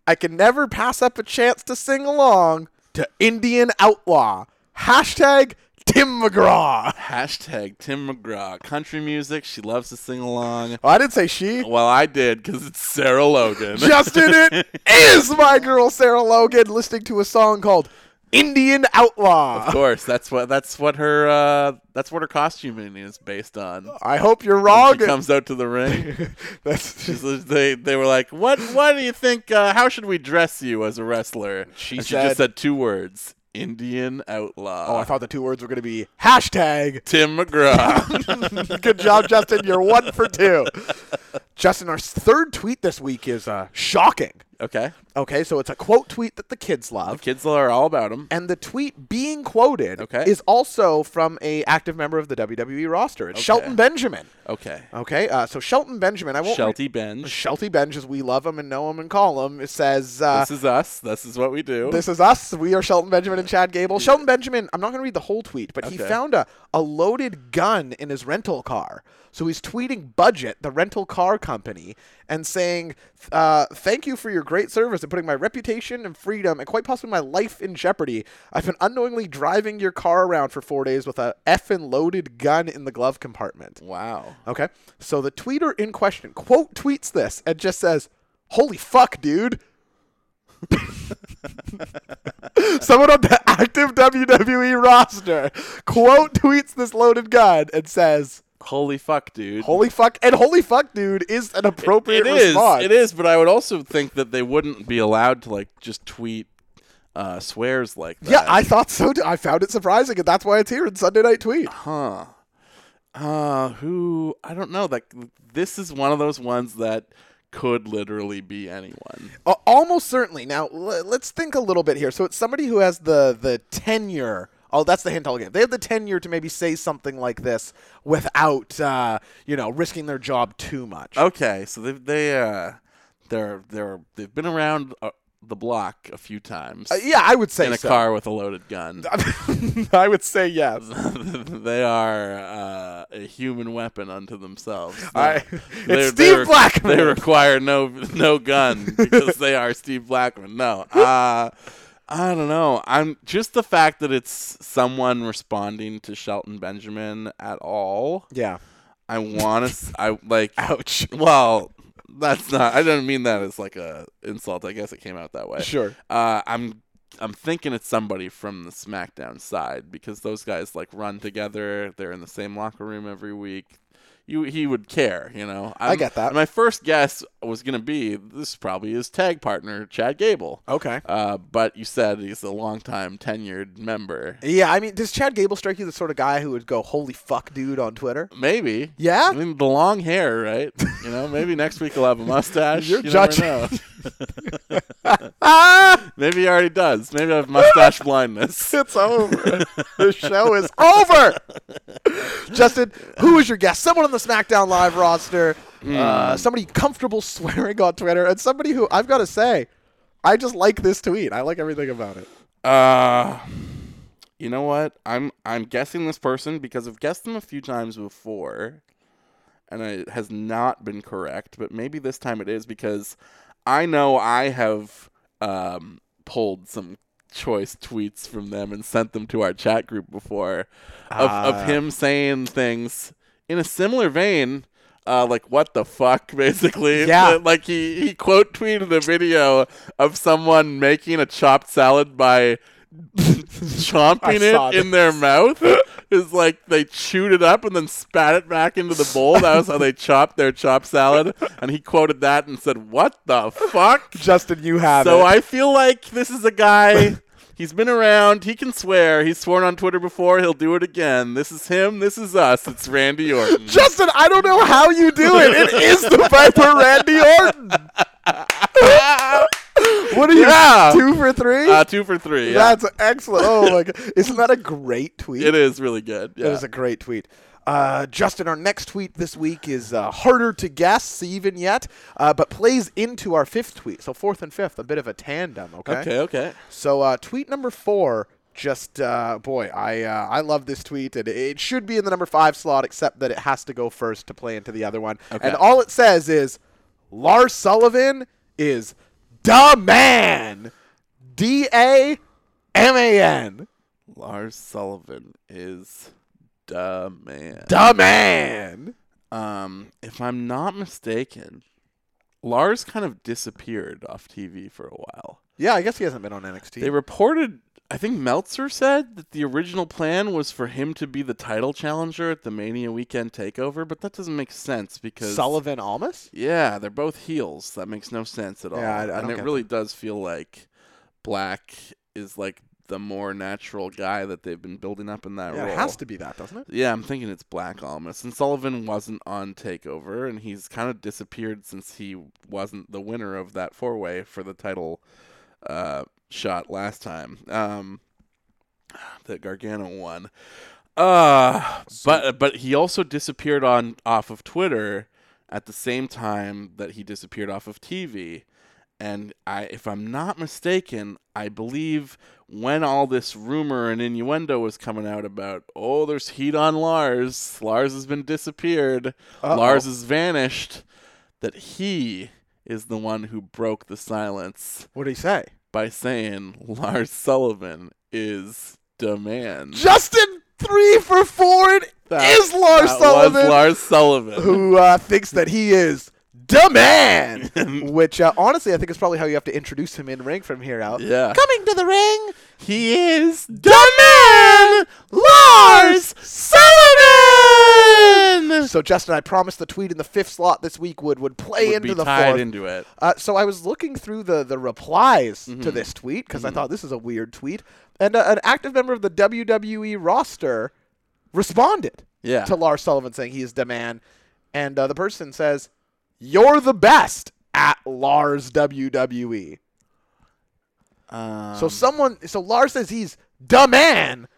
D: I can never pass up a chance to sing along to Indian Outlaw. Hashtag Tim McGraw.
C: Hashtag Tim McGraw. Country music. She loves to sing along.
D: Well, Oh, I didn't say she.
C: Well, I did because it's Sarah Logan.
D: Justin, it is my girl Sarah Logan listening to a song called Indian
C: Of
D: Outlaw.
C: course, that's what that's what her uh, that's what her costuming is based on.
D: I hope you're
C: When
D: wrong.
C: she comes out to the ring.
D: That's
C: she's- they they were like, "What what do you think? Uh, how should we dress you as a wrestler?" She, she
D: said-
C: just said two words: Indian outlaw.
D: Oh, I thought the two words were going to be hashtag.
C: Tim McGraw.
D: Good job, Justin. You're one for two. Justin, our third tweet this week is uh, shocking.
C: okay,
D: Okay, so it's a quote tweet that the kids love.
C: kids are all about him.
D: and the tweet being quoted
C: Okay.
D: is also from a active member of the WWE roster. It's Shelton Benjamin.
C: Okay,
D: Okay, uh, so Shelton Benjamin, I won't. re-
C: Shelty Benj.
D: Shelty Benj, as we love him and know him and call him, it says. Uh,
C: this is us. This is what we do.
D: this is us. We are Shelton Benjamin and Chad Gable. Shelton Benjamin, I'm not going to read the whole tweet, but he
C: Okay.
D: found a, a loaded gun in his rental car. So he's tweeting Budget, the rental car company, and saying, uh, Thank you for your great service and putting my reputation and freedom and quite possibly my life in jeopardy. I've been unknowingly driving your car around for four days with a effing loaded gun in the glove compartment.
C: wow.
D: Okay. So the tweeter in question quote tweets this and just says, Holy fuck, dude. Someone on the active WWE roster quote tweets this loaded gun and says,
C: Holy fuck, dude.
D: Holy fuck. And holy fuck, dude is an appropriate
C: It is.
D: response.
C: It is, but I would also think that they wouldn't be allowed to like just tweet uh, swears like that.
D: Yeah, I thought so. Too. I found it surprising, and that's why it's here in Sunday Night Tweet.
C: Huh. Uh, who I don't know. That this is one of those ones that could literally be anyone.
D: Uh, almost certainly. Now l- let's think a little bit here. So it's somebody who has the the tenure. Oh, that's the hint I'll give. They have the tenure to maybe say something like this without, uh, you know, risking their job too much.
C: Okay, so they they uh they're they're they've been around uh, the block a few times
D: Uh, yeah, I would say
C: in a
D: so.
C: car with a loaded gun.
D: I would say yes.
C: they are uh, a human weapon unto themselves.
D: I-
C: They're-
D: It's
C: they're-
D: Steve
C: they're-
D: Blackman.
C: They require no no gun because they are Steve Blackman. No, uh, I don't know. I'm just the fact that it's someone responding to Shelton Benjamin at all.
D: Yeah.
C: I want to. I like.
D: Ouch.
C: Well, that's not. I don't mean that as like a insult. I guess it came out that way.
D: Sure.
C: Uh, I'm. I'm thinking it's somebody from the SmackDown side because those guys like run together. They're in the same locker room every week. You he would care, you know. i
D: get that.
C: My first guess was gonna be this probably his tag partner Chad Gable.
D: Okay.
C: Uh, but you said he's a longtime tenured member.
D: Yeah, I mean, does Chad Gable strike you the sort of guy who would go, "Holy fuck, dude" on Twitter?
C: Maybe.
D: Yeah?
C: I mean, the long hair, right? You know, maybe next week he'll have a mustache.
D: You're
C: You never
D: judging-
C: know.
D: Ah,
C: Maybe he already does. Maybe I have mustache blindness.
D: it's over. the show is over. Justin, who is your guest? Someone on the SmackDown Live roster,
C: Hmm.
D: uh, somebody comfortable swearing on Twitter, and somebody who I've got to say, I just like this tweet. I like everything about it.
C: Uh, you know what? I'm I'm guessing this person because I've guessed them a few times before, and it has not been correct. But maybe this time it is because I know I have um, pulled some choice tweets from them and sent them to our chat group before of, of him saying things in a similar vein. Uh, like what the fuck, basically.
D: Yeah.
C: Like he, he quote tweeted the video of someone making a chopped salad by chomping
D: I saw
C: it in their mouth. Is like they chewed it up and then spat it back into the bowl. That was how they chopped their chopped salad. And he quoted that and said, "What the fuck?"
D: Justin, you have
C: so
D: it.
C: I feel like this is a guy. He's been around. He can swear. He's sworn on Twitter before. He'll do it again. This is him. This is us. It's Randy Orton.
D: Justin, I don't know how you do it. It is the Viper Randy Orton. what are you?
C: Yeah.
D: Two for three?
C: Uh, two for three. Yeah.
D: That's excellent. Oh my god. Isn't that a great tweet?
C: it is really good. Yeah.
D: That is a great tweet. Uh, Justin, our next tweet this week is uh, harder to guess even yet, uh, but plays into our fifth tweet. So fourth and fifth, a bit of a tandem. Okay.
C: okay. Okay.
D: So uh, tweet number four. Just uh, boy, I uh, I love this tweet, and it should be in the number five slot, except that it has to go first to play into the other one. And all it says is Lars Sullivan is da man, D A M A N,
C: Lars Sullivan is the man.
D: da man.
C: Um, if I'm not mistaken, Lars kind of disappeared off TV for a while.
D: Yeah, I guess he hasn't been on NXT.
C: They reported, I think Meltzer said that the original plan was for him to be the title challenger at the Mania Weekend Takeover, but that doesn't make sense because
D: Sullivan Almas.
C: Yeah, they're both heels. That makes no sense at all.
D: Yeah, I- I don't
C: and it
D: get
C: really does feel like Black is like the more natural guy that they've been building up in that
D: Yeah,
C: role.
D: it has to be that, doesn't it?
C: Yeah, I'm thinking it's Black Almas. And Sullivan wasn't on Takeover, and he's kind of disappeared since he wasn't the winner of that four way for the title uh, shot last time. Um, the Gargano one. Uh, but but he also disappeared on off of Twitter at the same time that he disappeared off of TV. And I, if I'm not mistaken, I believe when all this rumor and innuendo was coming out about, oh, there's heat on Lars. Lars has been disappeared. Lars has vanished. That he is the one who broke the silence
D: What did he say?
C: by saying Lars Sullivan is demand.
D: Justin three for four. It is
C: That-
D: Lars
C: that
D: Sullivan.
C: Was Lars Sullivan.
D: who uh, thinks that he is the man, which uh, honestly I think is probably how you have to introduce him in ring from here out.
C: Yeah.
D: Coming to the ring,
C: He is
D: the man, Lars Sullivan. So Justin, I promised the tweet in the fifth slot this week would would play
C: Would
D: into
C: be
D: the
C: tied
D: fourth.
C: into it.
D: Uh, so I was looking through the the replies to this tweet because I thought this is a weird tweet, and uh, an active member of the WWE roster responded
C: Yeah.
D: to Lars Sullivan saying he is the man, and uh, the person says, "You're the best at Lars WWE." so someone, so Lars says he's the man.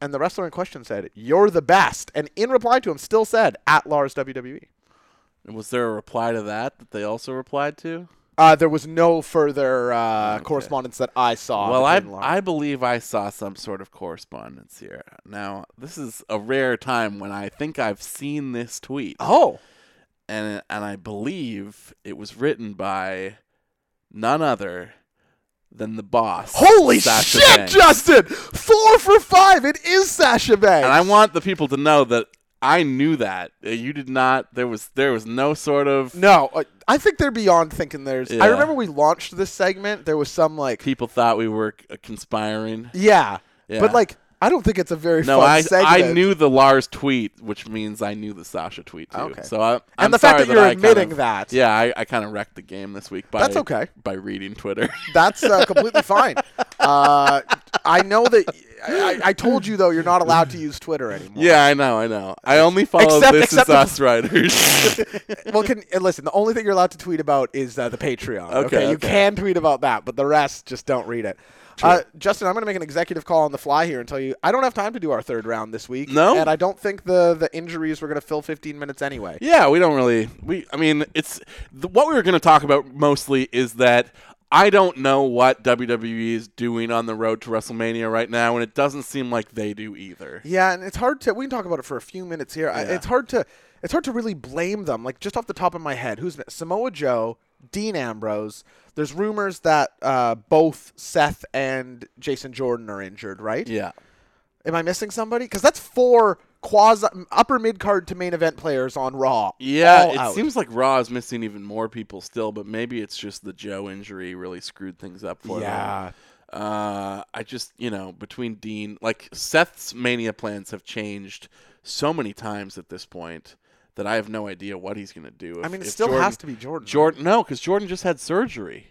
D: And the wrestler in question said, "You're the best," and in reply to him, still said, "At Lars E." WWE."
C: Was there a reply to that that they also replied to?
D: Uh, there was no further uh, correspondence that I saw.
C: Well, I
D: between Lars-
C: I believe I saw some sort of correspondence here. Now, this is a rare time when I think I've seen this tweet.
D: oh
C: And and I believe it was written by none other than the boss.
D: holy
C: Sasha
D: shit,
C: Banks.
D: Justin! Four for five. It is Sasha Banks.
C: And I want the people to know that I knew that. Uh, You did not there was there was no sort of
D: no, uh, I think they're beyond thinking. There's.
C: Yeah.
D: I remember we launched this segment. There was some like,
C: people thought we were c- conspiring.
D: yeah,
C: Yeah.
D: but like, I don't think it's a very
C: No,
D: fun
C: I
D: segment.
C: I knew the Lars tweet, which means I knew the Sasha tweet too.
D: Okay.
C: So I, I'm
D: And the fact
C: sorry
D: that you're
C: I kind
D: admitting
C: of-
D: that.
C: yeah, I, I kind of wrecked the game this week by
D: That's okay.
C: by reading Twitter.
D: That's uh, completely fine. Uh, I know that. I, I- I told you though, you're not allowed to use Twitter anymore.
C: yeah, I know, I know. I only follow
D: Except-
C: this
D: except
C: is
D: the-
C: us writers.
D: well, can uh, listen. The only thing you're allowed to tweet about is uh, the Patreon. Okay,
C: Okay,
D: you
C: okay.
D: can tweet about that, but the rest just don't read it. Uh, Justin, I'm going to make an executive call on the fly here and tell you I don't have time to do our third round this week.
C: No?
D: and I don't think the the injuries were going to fill 15 minutes anyway.
C: Yeah, we don't really. We, I mean, it's the, what we were going to talk about mostly is that I don't know what WWE is doing on the road to WrestleMania right now, and it doesn't seem like they do either.
D: Yeah, and it's hard to. We can talk about it for a few minutes here. I, it's hard to. It's hard to really blame them. Like just off the top of my head, who's Samoa Joe, Dean Ambrose. There's rumors that uh, both Seth and Jason Jordan are injured, right?
C: Yeah,
D: Am I missing somebody? Because that's four quasi upper mid card to main event players on Raw.
C: yeah.
D: all
C: It
D: out.
C: seems like Raw is missing even more people still, but maybe it's just the Joe injury really screwed things up for them.
D: Yeah.
C: Uh, I just, you know, between Dean, like Seth's mania plans have changed so many times at this point that I have no idea what he's going to do. If,
D: mean, it
C: if
D: still has to be Jordan, right?
C: Jordan, no, because Jordan just had surgery.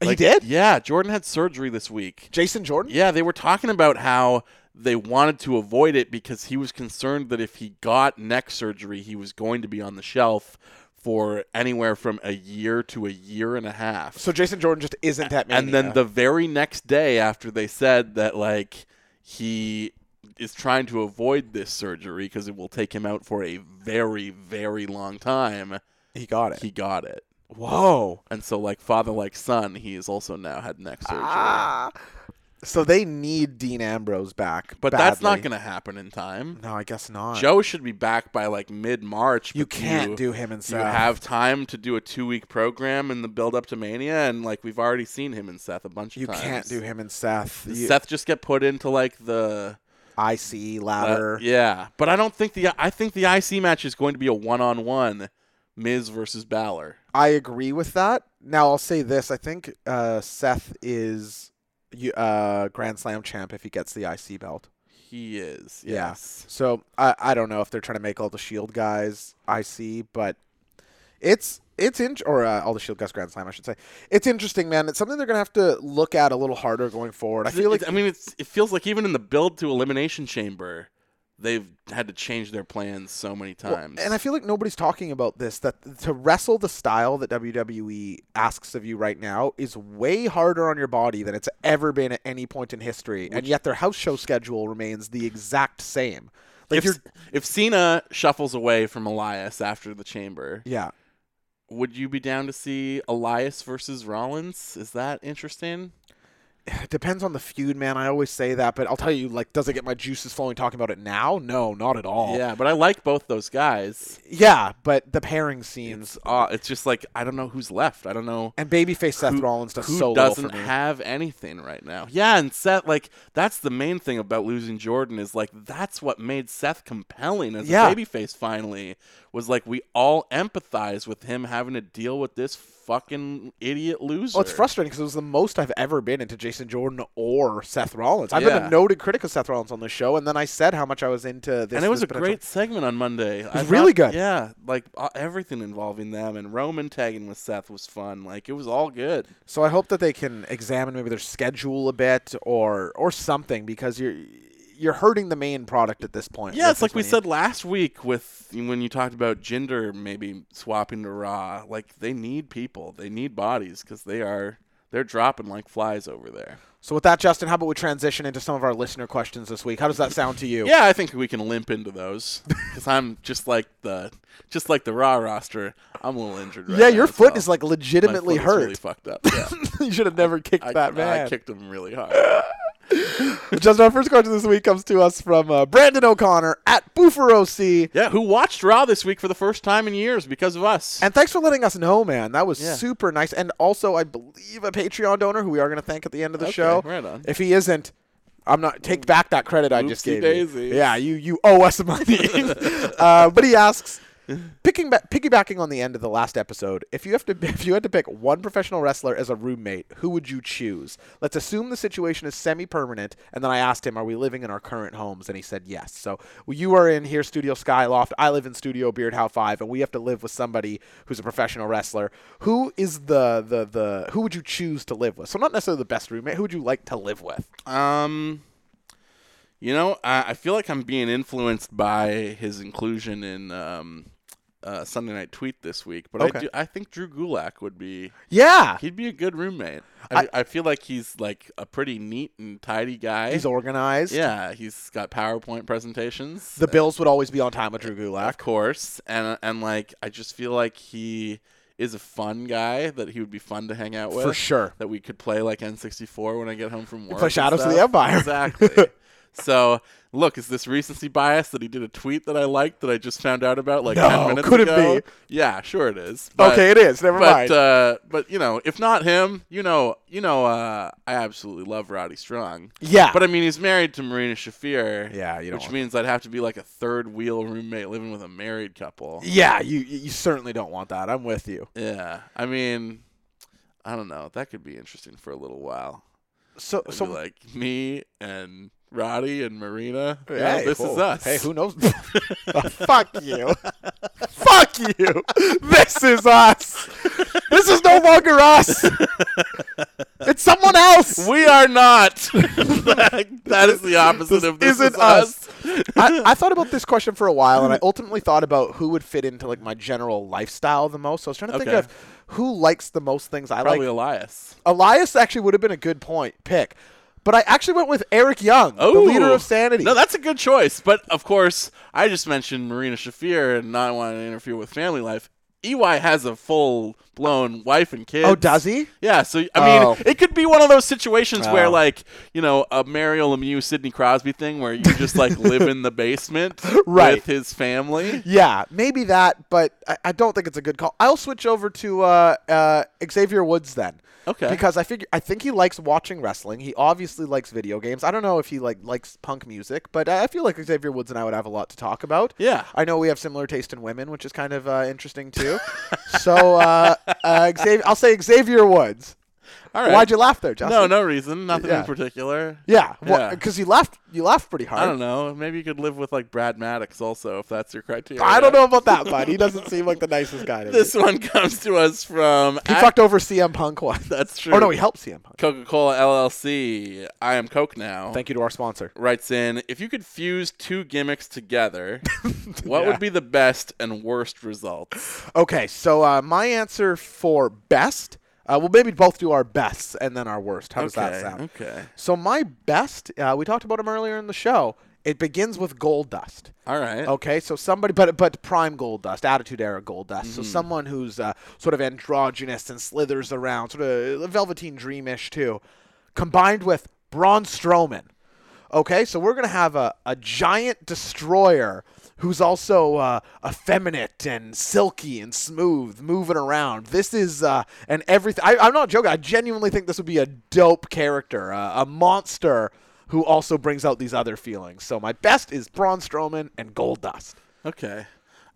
D: he
C: Like,
D: did.
C: Yeah, Jordan had surgery this week.
D: Jason Jordan.
C: Yeah, they were talking about how they wanted to avoid it because he was concerned that if he got neck surgery, he was going to be on the shelf for anywhere from a year to a year and a half.
D: So Jason Jordan just isn't at Mania.
C: and then the very next day after they said that like he is trying to avoid this surgery because it will take him out for a very very long time,
D: he got it.
C: he got it.
D: Whoa.
C: And so like father like son, he has also now had neck surgery.
D: Ah. So they need Dean Ambrose back,
C: But that's not
D: badly.
C: going to happen in time.
D: No, I guess not.
C: Joe should be back by like mid March.
D: You can't do him and
C: You
D: Seth.
C: have time to do a two week program in the build up to Mania, and like we've already seen him and Seth a bunch of
D: you
C: times.
D: can't do him and Seth.
C: Does
D: You-
C: Seth just get put into like the
D: IC
C: uh,
D: ladder.
C: yeah, but I don't think the I think the IC match is going to be a one on one, Miz versus Balor.
D: I agree with that. Now I'll say this: I think uh, Seth is you- uh, Grand Slam champ if he gets the IC belt.
C: He is
D: Yeah.
C: yes.
D: So I, I don't know if they're trying to make all the Shield E guys IC, but it's it's in or uh, all the Shield guys Grand Slam, I should say. It's interesting, man. It's something they're gonna have to look at a little harder going forward. I feel like
C: I mean it's it feels like even in the build to Elimination Chamber, they've had to change their plans so many
D: Well,
C: times.
D: And I feel like nobody's talking about this that to wrestle the style that WWE asks of you right now is way harder on your body than it's ever been at any point in history. and yet their house show schedule remains the exact same. Like
C: if,
D: you're
C: if Cena shuffles away from Elias after the chamber,
D: yeah.
C: would you be down to see Elias versus Rollins? Is that interesting?
D: It depends on the feud, man. I always say that, but I'll tell you like does it get my juices flowing talking about it now? No, not at all.
C: Yeah, but I like both those guys.
D: Yeah, but the pairing scenes
C: It's uh, it's just like I don't know who's left. I don't know
D: and babyface Seth
C: who-
D: Rollins does
C: who
D: so little
C: doesn't
D: for me.
C: have anything right now. Yeah, and Seth like that's the main thing about losing Jordan is like that's what made Seth compelling as
D: Yeah.
C: a babyface finally was like we all empathize with him having to deal with this fucking idiot loser.
D: Well, Oh, it's frustrating because it was the most I've ever been into Jason Jordan or Seth Rollins. I've been
C: Yeah.
D: a noted critic of Seth Rollins on this show, and then I said how much I was into this.
C: and it was
D: this
C: a
D: potential-
C: great segment on Monday. It
D: was really good.
C: Yeah, like uh, everything involving them and Roman tagging with Seth was fun. Like it was all good.
D: So I hope that they can examine maybe their schedule a bit or or something because you're you're hurting the main product at this point.
C: Yeah,
D: with
C: it's like we
D: WrestleMania.
C: said last week with when you talked about gender maybe swapping to Raw. Like they need people, they need bodies because they are they're dropping like flies over there.
D: So with that, Justin, how about we transition into some of our listener questions this week? How does that sound to you?
C: Yeah, I think we can limp into those because I'm just like the just like the Raw roster. I'm a little injured. Right
D: Yeah,
C: now
D: your
C: as
D: foot
C: well.
D: is like
C: My
D: legitimately
C: foot is
D: hurt.
C: really fucked up. Yeah.
D: you should have never kicked
C: I,
D: that
C: I
D: man.
C: kicked him really hard.
D: Justin, our first question this week comes to us from uh, Brandon O'Connor at Boofer OC.
C: Yeah, who watched Raw this week for the first time in years because of us.
D: And thanks for letting us know, man. That was
C: Yeah.
D: super nice. And also, I believe a Patreon donor who we are going to thank at the end of the
C: Okay,
D: show.
C: right on.
D: If he isn't, I'm not take back that credit I just
C: Oopsie
D: gave
C: daisy.
D: you. Yeah, you you owe us money. uh, but he asks, picking ba- piggybacking on the end of the last episode, if you have to if you had to pick one professional wrestler as a roommate, who would you choose? Let's assume the situation is semi-permanent. And then I asked him, "Are we living in our current homes?" And he said, "Yes." So you are in here, Studio Skyloft. I live in Studio Beard How Five, and we have to live with somebody who's a professional wrestler. Who is the the the who would you choose to live with? So not necessarily the best roommate. Who would you like to live with?
C: Um, you know, I, I feel like I'm being influenced by his inclusion in um, uh, Sunday Night Tweet this week, but I,
D: Okay.
C: do, I think Drew Gulak would be.
D: Yeah.
C: He'd be a good roommate. I, I, feel like he's like a pretty neat and tidy guy.
D: He's organized.
C: yeah, he's got PowerPoint presentations.
D: The Bills would always be on time with Drew
C: of
D: Gulak.
C: course, and and like I just feel like he is a fun guy that he would be fun to hang out with
D: For sure.
C: That we could play like N64 when I get home from work.
D: play
C: and
D: Shadows of the
C: stuff.
D: Empire.
C: exactly. So look, is this recency bias that he did a tweet that I liked that I just found out about like ten
D: No,
C: minutes
D: could it
C: ago?
D: be?
C: Yeah, sure it is.
D: okay, it is. Never
C: But
D: mind.
C: uh, but you know, if not him, you know, you know, uh, I absolutely love Roddy Strong.
D: yeah.
C: But I mean, he's married to Marina Shafir.
D: Yeah, you don't
C: which
D: want-
C: means I'd have to be like a third wheel roommate living with a married couple.
D: Yeah, you you certainly don't want that. I'm with you.
C: Yeah, I mean, I don't know. That could be interesting for a little while.
D: So
C: It'd
D: so
C: be like me and Roddy and Marina. you know,
D: Hey,
C: this is
D: whoa.
C: us.
D: Hey, who knows? Oh, fuck you. fuck you. This is us. This is no longer us. it's someone else.
C: We are not. that, that is the opposite of this
D: isn't
C: is us.
D: I, I thought about this question for a while, and I ultimately thought about who would fit into like my general lifestyle the most. So I was trying to think
C: Okay.
D: of who likes the most things I
C: Probably
D: like.
C: Elias.
D: Elias actually would have been a good point pick, but I actually went with Eric Young, the leader
C: Ooh.
D: of Sanity.
C: Oh. No, that's a good choice. But of course, I just mentioned Marina Shafir and not wanting to interfere with family life. EY has a full blown wife and kids.
D: oh, does he?
C: Yeah, so I mean,
D: Oh.
C: it could be one of those situations where,
D: Oh.
C: like, you know, a Mario Lemieux, Sidney Crosby thing, where you just like live in the basement
D: Right.
C: with his family.
D: Yeah, maybe that, but I, I don't think it's a good call. I'll switch over to uh, uh, Xavier Woods then.
C: Okay.
D: Because I figure I think he likes watching wrestling. He obviously likes video games. I don't know if he like likes punk music, but I I feel like Xavier Woods and I would have a lot to talk about.
C: Yeah.
D: I know we have similar taste in women, which is kind of uh, interesting too. so uh, uh, Xavier, I'll say Xavier Woods.
C: All right.
D: Why'd you laugh there, Justin?
C: No, no reason. Nothing
D: Yeah.
C: in particular.
D: Yeah,
C: Yeah.
D: because you laughed. You laughed pretty hard.
C: I don't know. Maybe you could live with like Brad Maddox also, if that's your criteria.
D: I don't know about that, bud. He doesn't seem like the nicest guy. To
C: This
D: me.
C: one comes to us from.
D: he
C: at-
D: fucked over CM Punk once.
C: That's true.
D: Oh no, he helped CM Punk.
C: Coca Cola LLC, I am Coke now,
D: Thank you to our sponsor.
C: writes in If you could fuse two gimmicks together, what would be the best and worst results?
D: Okay, so uh, my answer for best. Uh, well, maybe both do our best and then our worst. How does that
C: Okay,
D: sound?
C: okay.
D: So my best, uh, we talked about him earlier in the show. It begins with gold dust.
C: All right.
D: Okay, so somebody, but but prime gold dust, attitude era gold dust. So someone who's uh, sort of androgynous and slithers around, sort of velveteen dreamish too, combined with Braun Strowman. Okay, so we're gonna have a, a giant destroyer who's also uh, effeminate and silky and smooth, moving around. This is uh, and everything. I, I'm not joking. I genuinely think this would be a dope character, uh, a monster who also brings out these other feelings. So my best is Braun Strowman and Gold Dust.
C: Okay.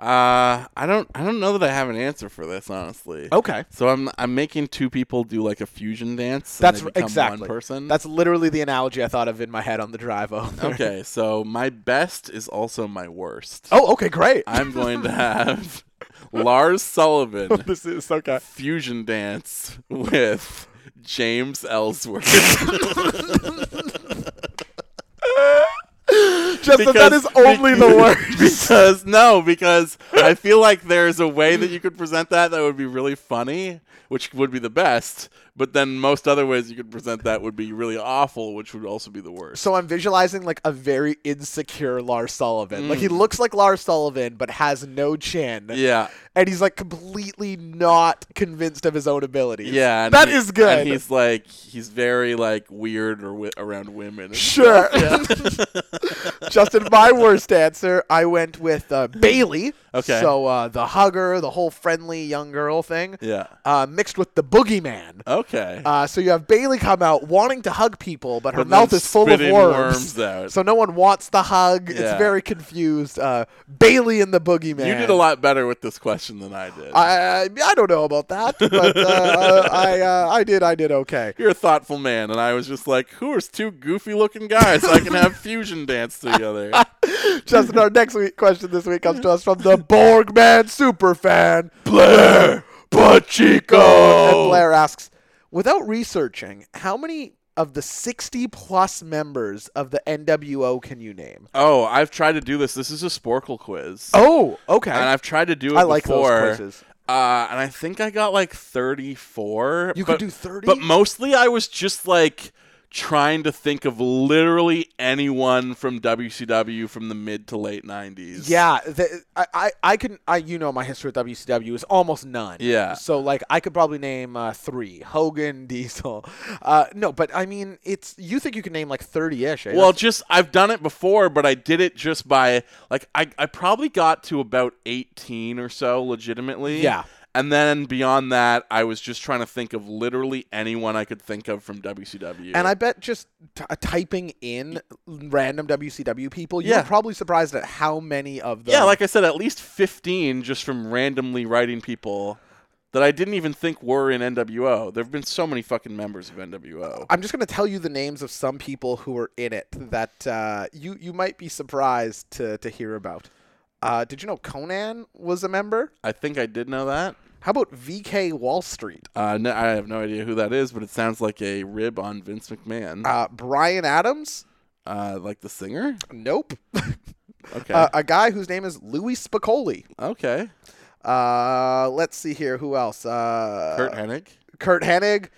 C: Uh, I don't. I don't know that I have an answer for this, honestly.
D: Okay.
C: So I'm I'm making two people do like a fusion dance. and
D: That's
C: they
D: r-
C: become
D: exactly.
C: one person.
D: That's literally the analogy I thought of in my head on the drive over.
C: okay. So my best is also my worst.
D: Oh, okay, great.
C: I'm going to have Lars Sullivan
D: this is okay.
C: fusion dance with James Ellsworth.
D: Just that that
C: Because-
D: is only the worst.
C: because no, because I feel like there's a way that you could present that that would be really funny, which would be the best. But then most other ways you could present that would be really awful, which would also be the worst.
D: So I'm visualizing like a very insecure Lars Sullivan. Like he looks like Lars Sullivan but has no chin.
C: Mm. yeah,
D: And he's like completely not convinced of his own abilities.
C: yeah, and
D: that
C: he-
D: is good.
C: And he's like, he's very like weird or wi- around women.
D: Sure. Justin, my worst answer, I went with uh, Bailey.
C: Okay.
D: So uh, the hugger, the whole friendly young girl thing.
C: Yeah.
D: Uh, mixed with the boogeyman.
C: Okay.
D: Uh, so you have Bailey come out wanting to hug people, but her
C: But then
D: mouth is full of
C: spitting
D: worms.
C: worms out.
D: So no one wants the hug. It's
C: Yeah.
D: very confused. Uh, Bailey and the boogeyman.
C: you did a lot better with this question than I did.
D: I, I I don't know about that, but uh, I uh, I did I did okay.
C: You're a thoughtful man, and I was just like, who are two goofy looking guys so I can have fusion dance together?
D: Justin, our next week question this week comes to us from the Borgman superfan, Blair Pachico. And Blair asks, without researching, how many of the 60 plus members of the NWO can you name?
C: Oh, I've tried to do this. This is a Sporkle quiz.
D: Oh, okay.
C: And I've tried to do it
D: I like those
C: before.
D: quizzes.
C: Uh, and I think I got like 34.
D: You could
C: but-
D: do 30?
C: But mostly I was just like trying to think of literally anyone from WCW from the mid to late 90s.
D: yeah, the, I, I, I can, I, you know, my history with WCW is almost none.
C: Yeah.
D: So like, I could probably name uh, three: Hogan, Diesel. Uh, no, but I mean, it's you think you can name like thirty-ish? Eh?
C: Well, just I've done it before, but I did it just by like I, I probably got to about eighteen or so legitimately.
D: Yeah.
C: And then beyond that, I was just trying to think of literally anyone I could think of from WCW.
D: And I bet just t- uh, typing in random WCW people, you're
C: Yeah.
D: probably surprised at how many of them.
C: Yeah, like I said, at least fifteen just from randomly writing people that I didn't even think were in NWO. There have been so many fucking members of NWO.
D: I'm just going to tell you the names of some people who were in it that uh, you you might be surprised to to hear about. Uh, did you know Conan was a member?
C: I think I did know that.
D: How about VK Wall Street?
C: Uh, no, I have no idea who that is, but it sounds like a rib on Vince McMahon, uh,
D: Uh, Brian Adams?
C: like the singer.
D: Nope.
C: Okay,
D: uh, a guy whose name is Louis Spicoli.
C: okay.
D: Uh, let's see here. Who else? Uh,
C: Kurt Hennig.
D: Kurt Hennig.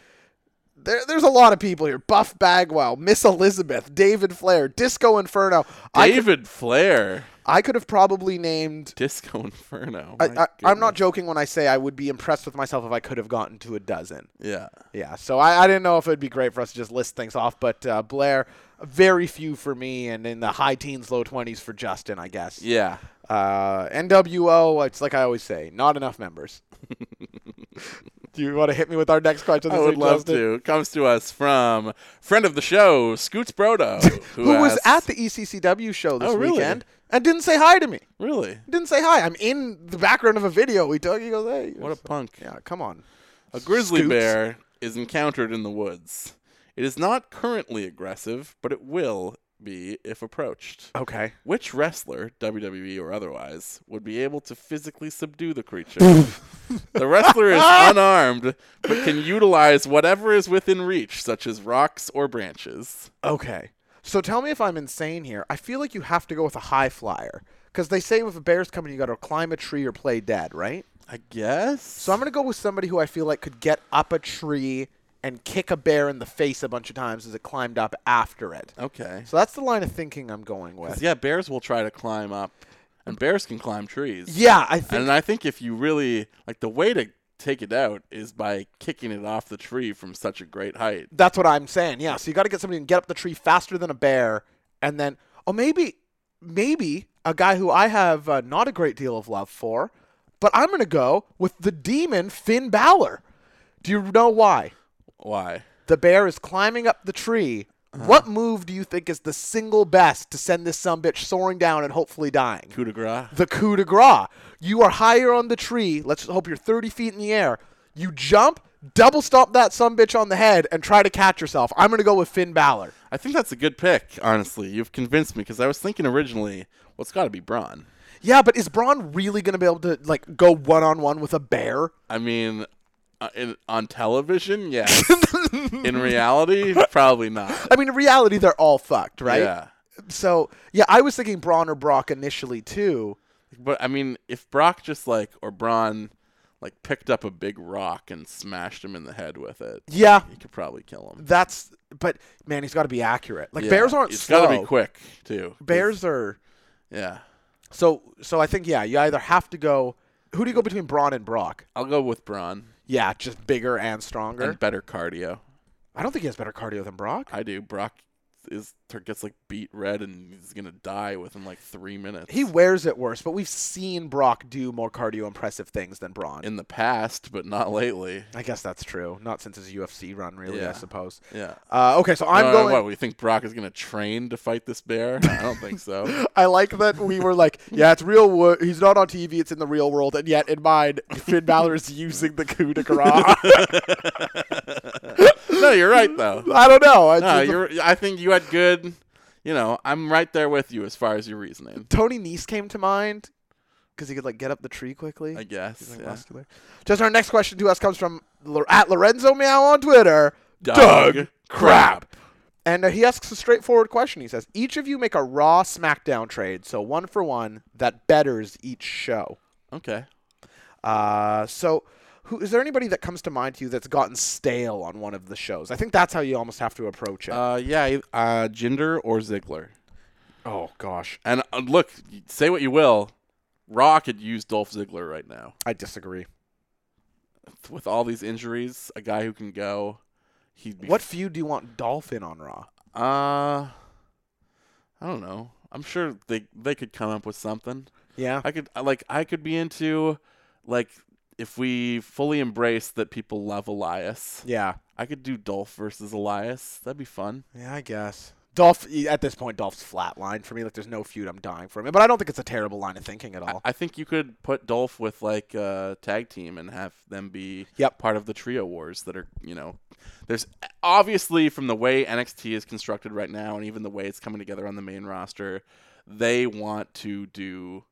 D: There, there's a lot of people here. Buff Bagwell, Miss Elizabeth, David Flair, Disco Inferno. I could,
C: David Flair,
D: I could have probably named.
C: Disco Inferno.
D: I,
C: My
D: I, I'm not
C: goodness.
D: joking when I say I would be impressed with myself if I could have gotten to a dozen.
C: Yeah.
D: Yeah, so I, I didn't know if it'd be great for us to just list things off, but uh, Blair, very few for me, and in the high teens, low 20s for Justin, I guess.
C: Yeah.
D: Uh, NWO, it's like I always say, not enough members. Do you want to hit me with our next question?
C: I
D: this
C: would
D: week,
C: love
D: Justin?
C: to. Comes to us from friend of the show, Scoots Brodo, who,
D: who was
C: asks-
D: at the E ECCW show this
C: Oh, really?
D: weekend and didn't say hi to me.
C: Really?
D: Didn't say hi. I'm in the background of a video we took. He goes, "Hey,
C: What a punk.
D: yeah, come on."
C: A grizzly
D: Scoots.
C: bear is encountered in the woods. It is not currently aggressive, but it will be if approached.
D: Okay.
C: Which wrestler, WWE or otherwise, would be able to physically subdue the creature? the wrestler is unarmed, but can utilize whatever is within reach, such as rocks or branches.
D: Okay. So tell me if I'm insane here. I feel like you have to go with a high flyer because they say with a bear's coming, you got to climb a tree or play dead, right?
C: I guess.
D: So I'm gonna go with somebody who I feel like could get up a tree and kick a bear in the face a bunch of times as it climbed up after it.
C: okay.
D: So that's the line of thinking I'm going with.
C: Yeah, bears will try to climb up, and bears can climb trees.
D: Yeah, I think
C: And I think if you really like the way to take it out is by kicking it off the tree from such a great height.
D: That's what I'm saying. Yeah. So you got to get somebody to get up the tree faster than a bear, and then oh maybe maybe a guy who I have uh, not a great deal of love for, but I'm gonna go with the demon Finn Balor. Do you know why?
C: Why?
D: The bear is climbing up the tree What move do you think is the single best to send this some bitch soaring down and hopefully dying?
C: Coup de grace.
D: the coup de grace. You are higher on the tree. Let's hope you're 30 feet in the air. You jump, double stomp that some bitch on the head, and try to catch yourself. I'm gonna go with Finn Balor.
C: I think that's a good pick, honestly. You've convinced me because I was thinking originally, well, it's got to be Braun.
D: Yeah, but is Braun really gonna be able to like go one on one with a bear?
C: I mean, uh, in, on television, yes. in reality, probably not.
D: I mean, in reality, they're all fucked, right?
C: Yeah.
D: So yeah, I was thinking Braun or Brock initially too.
C: But I mean, if Brock just like or Braun like picked up a big rock and smashed him in the head with it,
D: Yeah,
C: he could probably kill him.
D: that's. But man, he's got to be accurate. Like
C: Yeah.
D: bears aren't
C: It's
D: slow.
C: gotta be quick too. 'cause-
D: Bears are.
C: Yeah,
D: So so I think yeah, you either have to go. Who do you go between Braun and Brock?
C: I'll go with Braun
D: Yeah, just bigger and stronger.
C: and better cardio.
D: I don't think he has better cardio than Brock.
C: I do. Brock is gets like beat red and he's gonna die within like three minutes.
D: He wears it worse, but we've seen Brock do more cardio impressive things than Braun.
C: in the past, but not lately.
D: I guess that's true. Not since his UFC run, really,
C: Yeah.
D: I suppose.
C: Yeah.
D: Uh, okay, so I'm
C: Uh,
D: going.
C: What, we think Brock is going to train to fight this bear? I don't think so.
D: I like that we were like, yeah, it's real. Wo- he's not on TV. It's in the real world, and yet in mine, Finn Balor is using the coup de grace.
C: No, you're right though.
D: I don't know. I
C: No,
D: just-
C: you're. I think you had good. You know, I'm right there with you as far as your reasoning.
D: Tony Nese came to mind because he could like get up the tree quickly.
C: I guess. yeah.
D: Muscular. Just our next question to us comes from Lo- at Lorenzo Meow on Twitter.
C: Doug Crap.
D: And uh, he asks a straightforward question. He says, "Each of you make a Raw SmackDown trade, so one for one that betters each show."
C: Okay.
D: Uh, so, who is there anybody that comes to mind to you that's gotten stale on one of the shows? I think that's how you almost have to approach it.
C: Uh, yeah. eith- Uh, Jinder or Ziggler.
D: oh gosh,
C: And uh, look, say what you will, Raw could use Dolph Ziggler right now
D: I disagree.
C: with all these injuries. A guy who can go. He'd be
D: What feud do you want Dolphin on Raw?
C: Uh, I don't know. I'm sure they they could come up with something.
D: Yeah,
C: I could I- like I could be into like if we fully embrace that people love Elias.
D: yeah,
C: I could do Dolph versus Elias. That'd be fun.
D: yeah. I guess Dolph at this point, Dolph's flatline for me. Like, there's no feud I'm dying for him, but I don't think it's a terrible line of thinking at all.
C: I think you could put Dolph with like a tag team and have them be
D: Yep.
C: part of the trio wars that are, you know, there's obviously from the way NXT is constructed right now and even the way it's coming together on the main roster, they want to do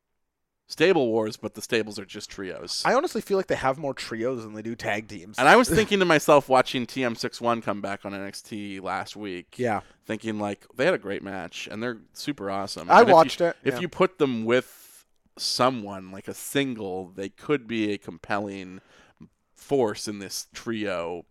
C: stable wars, but the stables are just trios.
D: I honestly feel like they have more trios than they do tag teams.
C: and I was thinking to myself watching TM61 come back on NXT last week.
D: yeah,
C: Thinking like they had a great match and they're super awesome.
D: I
C: And if you-
D: watched it,
C: If
D: yeah.
C: you put them with someone like a single, they could be a compelling force in this trio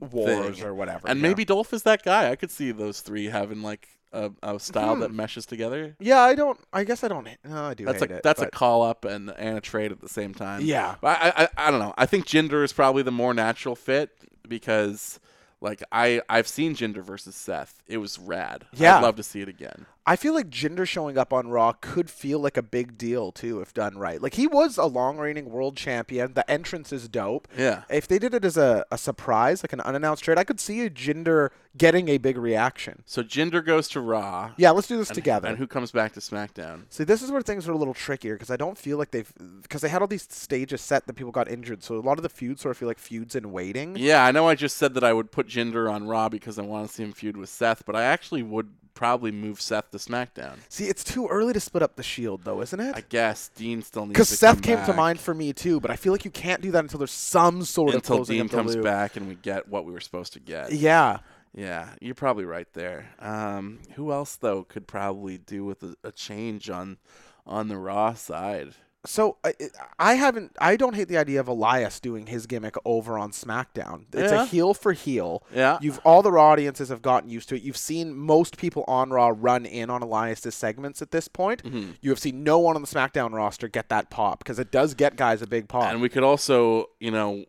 D: wars
C: thing.
D: or whatever.
C: And
D: yeah.
C: maybe Dolph is that guy. I could see those three having like a, a style
D: Hmm.
C: that meshes together.
D: Yeah, I don't. I guess I don't. h- No, I do.
C: That's
D: hate
C: a
D: it,
C: that's a
D: but-
C: call up and and a trade at the same time.
D: Yeah.
C: but I, I I don't know. I think Jinder is probably the more natural fit because like I I've seen Jinder versus Seth. It was rad.
D: Yeah.
C: I'd love to see it again.
D: I feel like Jinder showing up on Raw could feel like a big deal too, if done right. Like he was a long reigning world champion. The entrance is dope.
C: Yeah.
D: If they did it as a, a surprise, like an unannounced trade, I could see a Jinder getting a big reaction.
C: So Jinder goes to Raw.
D: Yeah, let's do this
C: and,
D: together.
C: And who comes back to SmackDown?
D: See, this is where things are a little trickier because I don't feel like they've because they had all these stages set that people got injured. So a lot of the feuds sort of feel like feuds in waiting.
C: Yeah, I know I just said that I would put Jinder on Raw because I want to see him feud with Seth, but I actually would probably move Seth to SmackDown.
D: See, it's too early to split up the Shield though, isn't
C: I
D: it?
C: guess Dean still needs
D: Because
C: to
D: Seth
C: come
D: came to
C: back
D: mind for me too, but I feel like you can't do that until there's some sort of
C: until
D: closing
C: Dean
D: of the
C: comes
D: loop.
C: back and we get what we were supposed to get.
D: Yeah.
C: Yeah, you're probably right there. Um, who else though could probably do with a, a change on on the Raw side?
D: So I, I haven't. I don't hate the idea of Elias doing his gimmick over on SmackDown. It's
C: Yeah.
D: a heel for heel.
C: Yeah.
D: You've all the raw audiences have gotten used to it. You've seen most people on Raw run in on Elias's segments at this point.
C: Mm-hmm.
D: You have seen no one on the SmackDown roster get that pop because it does get guys a big pop.
C: And we could also, you know,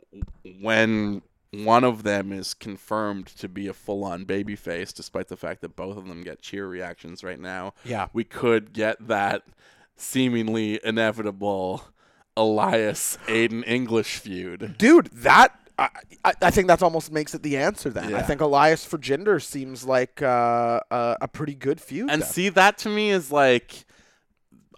C: when one of them is confirmed to be a full-on babyface, despite the fact that both of them get cheer reactions right now.
D: Yeah.
C: we could get that seemingly inevitable Elias Aiden English feud.
D: Dude, that I, I I think that's almost makes it the answer. Then I
C: Yeah.
D: think Elias for Jinder seems like uh, a, a pretty good feud.
C: And
D: then.
C: see, that to me is like.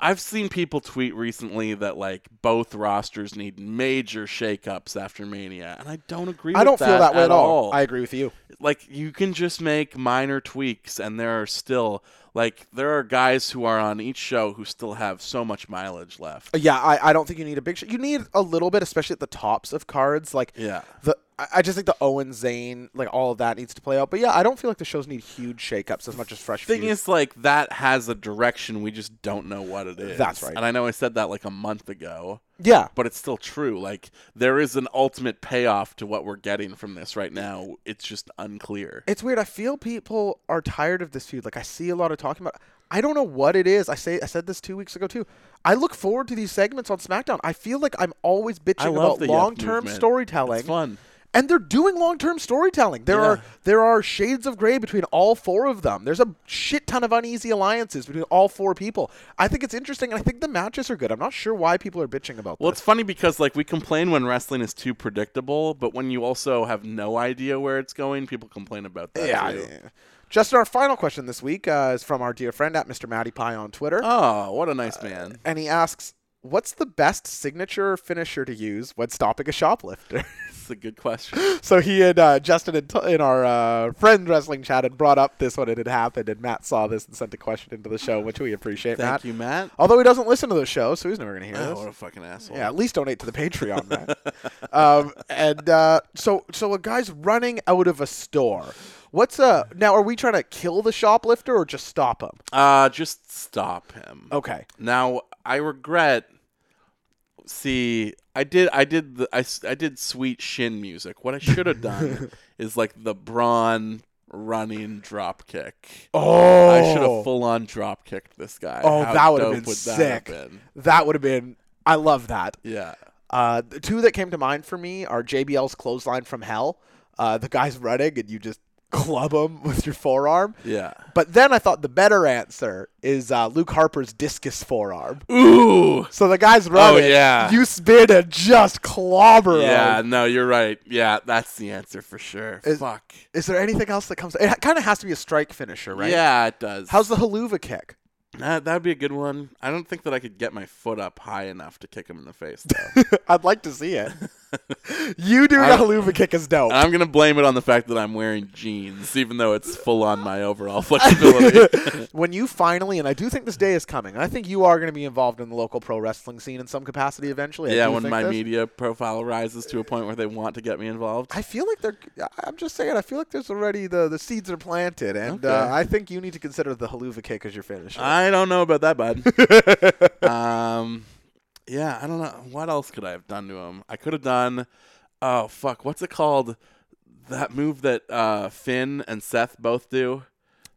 C: I've seen people tweet recently that like both rosters need major shakeups after Mania, and I don't agree.
D: I
C: with
D: don't feel that way at all.
C: all.
D: I agree with you.
C: like you can just make minor tweaks and there are still like there are guys who are on each show who still have so much mileage left
D: Yeah, I, I don't think you need a big. Sh- you need a little bit, especially at the tops of cards. Like
C: Yeah.
D: the I, I just think the Owen Zane, like all of that needs to play out. But yeah, I don't feel like the shows need huge shakeups as much as fresh.
C: thing
D: feuds.
C: is like that has a direction we just don't know what it is
D: That's right.
C: and i know i said that like a month ago
D: yeah,
C: but it's still true like there is an ultimate payoff to what we're getting from this right now it's just unclear
D: it's weird. I feel people are tired of this feud. Like I see a lot of talking about. I don't know what it is. I say I said this two weeks ago too. I look forward to these segments on SmackDown. I feel like I'm always bitching
C: I love
D: about
C: the Yup
D: long-term
C: movement.
D: storytelling.
C: It's fun.
D: And they're doing long-term storytelling. There are
C: Yeah.
D: there are shades of gray between all four of them. There's a shit ton of uneasy alliances between all four people. I think it's interesting, and I think the matches are good. I'm not sure why people are bitching about
C: Well,
D: this.
C: it's funny because like we complain when wrestling is too predictable, but when you also have no idea where it's going, people complain about that.
D: yeah,
C: too.
D: yeah. Justin, our final question this week uh, is from our dear friend at Mr. Matty Pie on Twitter.
C: Oh, what a nice
D: Uh,
C: man.
D: and he asks, "What's the best signature finisher to use when stopping a shoplifter?"
C: That's a good question.
D: so he and uh, Justin in, t- in our uh, friend wrestling chat had brought up this one, and it happened, and Matt saw this and sent a question into the show, which we appreciate,
C: Thank
D: Matt.
C: you, Matt.
D: Although he doesn't listen to the show, so he's never going to hear
C: Oh,
D: this.
C: what a fucking asshole.
D: Yeah, at least donate to the Patreon, Matt. um, and uh, so, so a guy's running out of a store. What's a now? Are we trying to kill the shoplifter or just stop him?
C: Uh, just stop him.
D: Okay.
C: Now I regret. See, I did, I did, the, I, s- I did sweet shin music. What I should have done is like the Braun running drop kick.
D: Oh,
C: I should have full on drop kicked this guy.
D: Oh,
C: How
D: that would have
C: dope
D: been
C: that
D: sick.
C: have been?
D: That would have been. I love that.
C: Yeah.
D: Uh, the two that came to mind for me are JBL's clothesline from hell. Uh, the guy's running and you just club him with your forearm.
C: Yeah.
D: But then I thought the better answer is uh, Luke Harper's discus forearm.
C: Ooh.
D: So the guy's running.
C: Oh, yeah.
D: You spin and just clobber
C: Yeah.
D: him.
C: No, you're right. Yeah, that's the answer for sure.
D: Is-
C: Fuck.
D: Is there anything else that comes? It kind of has to be a strike finisher, right?
C: Yeah, it does.
D: How's the haluva kick?
C: That that'd be a good one. I don't think that I could get my foot up high enough to kick him in the face. Though. and
D: I'd like to see it. you doing a
C: I'm-
D: haluva kick is dope.
C: I'm gonna blame it on the fact that I'm wearing jeans, even though it's full on my overall flexibility.
D: when you finally, and I do think this day is coming, and I think you are going to be involved in the local pro wrestling scene in some capacity eventually. I
C: yeah,
D: do
C: when
D: think
C: my
D: this.
C: media profile rises to a point where they want to get me involved.
D: I feel like they're. I'm just saying. I feel like there's already the, the seeds are planted, and
C: Okay. Ah.
D: uh, I think you need to consider the haluva kick as your finisher.
C: I don't know about that, bud. um, yeah, I don't know. What else could I have done to him? I could have done. Oh fuck, what's it called? That move that uh, Finn and Seth both do,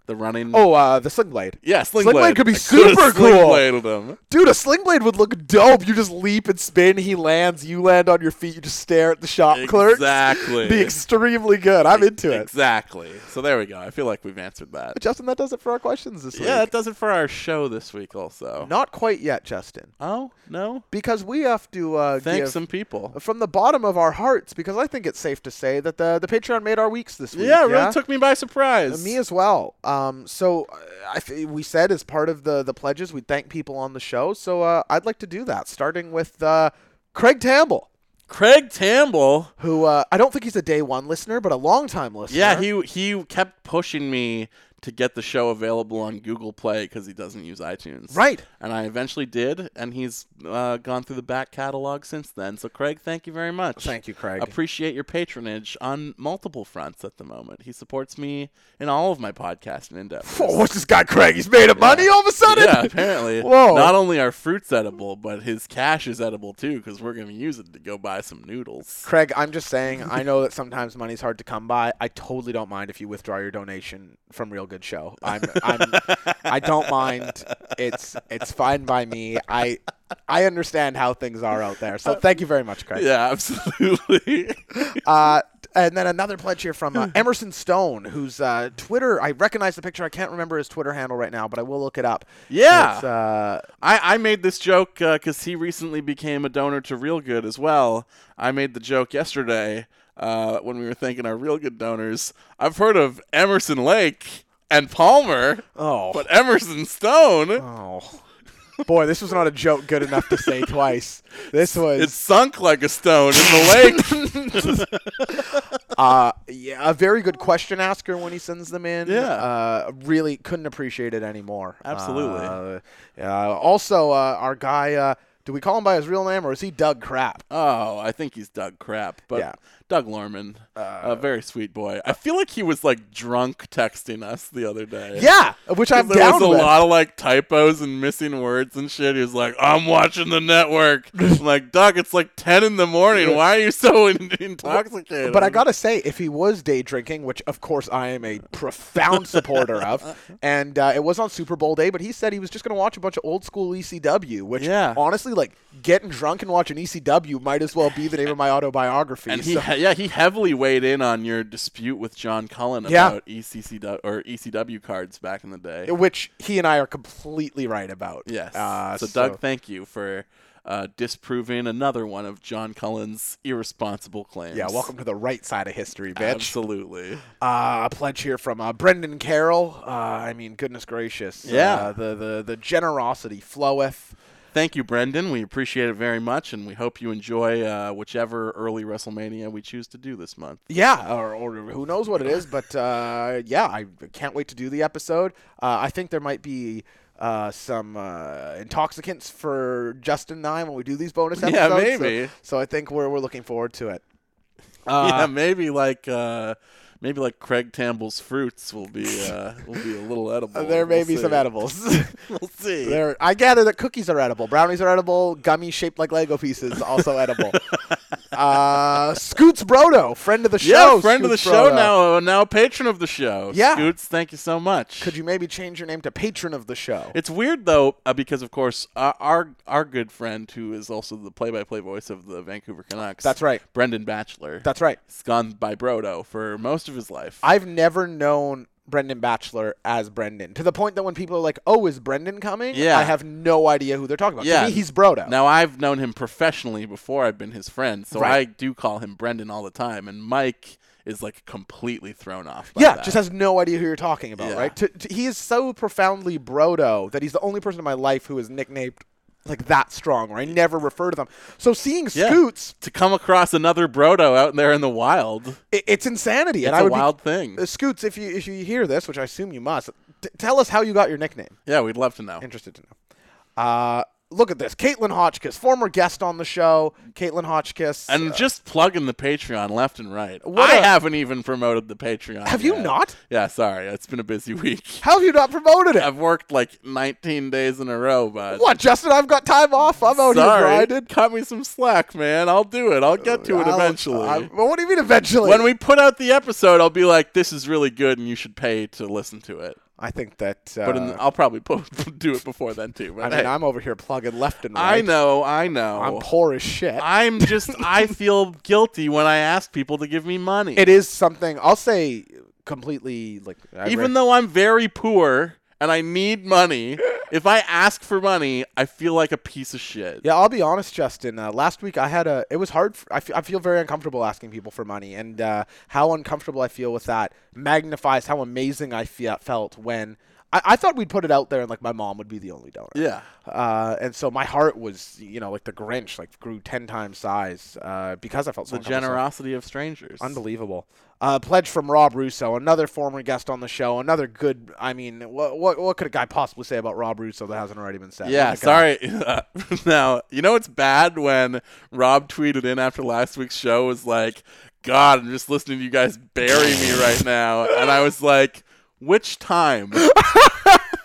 C: the running.
D: oh, uh, the sling blade.
C: yeah, sling,
D: Sling Blade
C: blade
D: could be
C: I coulda
D: super
C: sling
D: cool.
C: bladed him.
D: Dude, a sling blade would look dope. You just leap and spin. He lands. You land on your feet. You just stare at the shop clerk.
C: Exactly.
D: Be extremely good. I'm into it.
C: Exactly. So there we go. I feel like we've answered that.
D: Justin, that does it for our questions this
C: Yeah,
D: week.
C: that does it for our show this week. Also.
D: Not quite yet, Justin,
C: Oh no.
D: because we have to uh,
C: Thanks
D: give
C: some people.
D: from the bottom of our hearts because I think it's safe to say that the the Patreon made our weeks this week.
C: Yeah, it really took me by surprise.
D: me as well. Um, so uh, I th- we said as part of the the pledges we'd thank people on the show. So uh, I'd like to do that, starting with uh, Craig Tamble,
C: Craig Tamble.
D: who uh, I don't think he's a day one listener, but a long time listener.
C: Yeah, he he kept pushing me to get the show available on Google Play because he doesn't use iTunes.
D: Right.
C: And I eventually did, and he's uh, gone through the back catalog since then. So, Craig, thank you very much.
D: Thank you, Craig.
C: Appreciate your patronage on multiple fronts at the moment. He supports me in all of my podcasting endeavors.
D: Oh, what's this guy Craig? He's made of money all of a sudden.
C: Yeah, apparently.
D: Whoa.
C: Not only are fruits edible, but his cash is edible too, because we're going to use it to go buy some noodles.
D: Craig, I'm just saying, I know that sometimes money's hard to come by. I totally don't mind if you withdraw your donation from Real Good Show. I'm, I'm I don't mind. It's it's fine by me. I I understand how things are out there. So thank you very much, Craig.
C: Uh, Yeah, absolutely.
D: Uh, and then another pledge here from uh, Emerson Stone, whose uh, Twitter I recognize the picture. I can't remember his Twitter handle right now, but I will look it up.
C: Yeah.
D: It's, uh,
C: I, I made this joke uh, because he recently became a donor to Real Good as well. I made the joke yesterday uh, when we were thanking our real good donors. I've heard of Emerson Lake and Palmer,
D: Oh.
C: but Emerson Stone.
D: Oh. Boy, this was not a joke good enough to say twice. This was
C: It sunk like a stone in the lake.
D: uh, yeah, a very good question asker when he sends them in.
C: Yeah.
D: Uh, really couldn't appreciate it anymore.
C: Absolutely.
D: Uh, yeah, also, uh, our guy, uh, do we call him by his real name or is he Doug Crap?
C: oh, I think he's Doug Crap, but
D: Yeah. Uh,
C: Doug Lorman, a very sweet boy. I feel like he was like drunk texting us the other day.
D: Yeah, which I'm
C: there
D: down
C: was a
D: with.
C: lot of like typos and missing words and shit. He was like, "I'm watching the network." I'm like, Doug, it's like ten in the morning. Why are you so in- intoxicated?
D: But I gotta say, if he was day drinking, which of course I am a profound supporter of, and uh, it was on Super Bowl day, but he said he was just gonna watch a bunch of old school ECW, which
C: Yeah.
D: honestly, like getting drunk and watching ECW might as well be the name of my autobiography.
C: And he,
D: so-
C: yeah, he heavily weighed in on your dispute with John Cullen
D: Yeah.
C: about E ECCW or ECW cards back in the day.
D: which he and I are completely right about.
C: Yes.
D: Uh,
C: so, Doug, thank you for uh, disproving another one of John Cullen's irresponsible claims.
D: yeah, welcome to the right side of history, bitch.
C: Absolutely.
D: Uh, a pledge here from uh, Brendan Carroll. Uh, I mean, goodness gracious.
C: Yeah.
D: Uh, the, the, the generosity floweth.
C: Thank you, Brendan. We appreciate it very much, and we hope you enjoy uh, whichever early WrestleMania we choose to do this month.
D: Yeah, or, or who knows what it is, but uh, yeah, I can't wait to do the episode. Uh, I think there might be uh, some uh, intoxicants for Justin and I when we do these bonus
C: Yeah,
D: episodes. so-
C: maybe.
D: So, I think we're, we're looking forward to it.
C: yeah, Uh, maybe like uh, maybe like Craig Tambell's fruits will be uh, will be a little edible.
D: there may
C: We'll
D: be some
C: see.
D: edibles.
C: We'll see.
D: there, I gather that cookies are edible, brownies are edible, gummy shaped like Lego pieces also edible. Uh, Scoots Brodo, friend of the
C: yeah,
D: show.
C: friend of the
D: Scoots
C: show
D: Brodo.
C: now, uh, now patron of the show.
D: Yeah.
C: Scoots, thank you so much.
D: Could you maybe change your name to patron of the show?
C: It's weird though, uh, because of course uh, our our good friend who is also the play-by-play voice of the Vancouver Canucks.
D: That's right.
C: Brendan Batchelor.
D: That's right.
C: He's gone by Brodo for most of his life.
D: I've never known Brendan Batchelor as Brendan to the point that when people are like, "Oh, is Brendan coming?"
C: Yeah.
D: I have no idea who they're talking about. to me, he's Brodo.
C: Now I've known him professionally before I've been his friend, so
D: Right.
C: I do call him Brendan all the time, and Mike is like completely thrown off. By
D: yeah,
C: that.
D: just has no idea who you're talking about,
C: Yeah.
D: right? To, to, he is so profoundly Brodo that he's the only person in my life who is nicknamed like that strong, or I never refer to them. So seeing
C: Yeah.
D: Scoots,
C: to come across another Brodo out there in the wild.
D: i- it's insanity, and
C: It's
D: I
C: a
D: would be-
C: wild thing.
D: Uh, Scoots, if you if you hear this, which I assume you must, t- tell us how you got your nickname.
C: Yeah, we'd love to know.
D: interested to know. Uh, look at this. Caitlin Hotchkiss, former guest on the show. Caitlin Hotchkiss.
C: And just plugging the Patreon left and right.
D: What
C: I
D: a-
C: haven't even promoted the Patreon.
D: Have you
C: yet.
D: not?
C: Yeah, sorry. It's been a busy week.
D: how have you not promoted it?
C: I've worked like 19 days in a row, but
D: What, Justin? I've got time off. I'm out
C: sorry,
D: here grinding.
C: cut me some slack, man. I'll do it. I'll get to it
D: I'll-
C: eventually.
D: I'm- Uh, what do you mean eventually?
C: when we put out the episode, I'll be like, "This is really good, and you should pay to listen to it."
D: I think that. Uh,
C: But in, I'll probably po- do it before then too. But
D: I mean,
C: hey,
D: I'm over here plugging left and right.
C: I know, I
D: I'm
C: know.
D: poor as shit.
C: I'm just, I feel guilty when I ask people to give me money.
D: it is something I'll say completely like. I
C: even
D: re-
C: though I'm very poor and I need money, if I ask for money, I feel like a piece of shit.
D: Yeah, I'll be honest, Justin. Uh, last week I had a. It was hard. For, I, f- I feel very uncomfortable asking people for money, and uh, how uncomfortable I feel with that magnifies how amazing I fe- felt when I, I thought we'd put it out there, and like my mom would be the only donor.
C: Yeah.
D: Uh, and so my heart was, you know, like the Grinch, like grew ten times size uh, because I felt
C: The
D: so uncomfortable.
C: generosity of strangers.
D: Unbelievable. Uh, pledge from Rob Russo, another former guest on the show, another good. I mean, what what, what could a guy possibly say about Rob Russo that hasn't already been said? uh,
C: Yeah,
D: What a guy.
C: sorry. now, you know it's bad when Rob tweeted in after last week's show was like, "God, I'm just listening to you guys bury me right now." And I was like, "Which time?"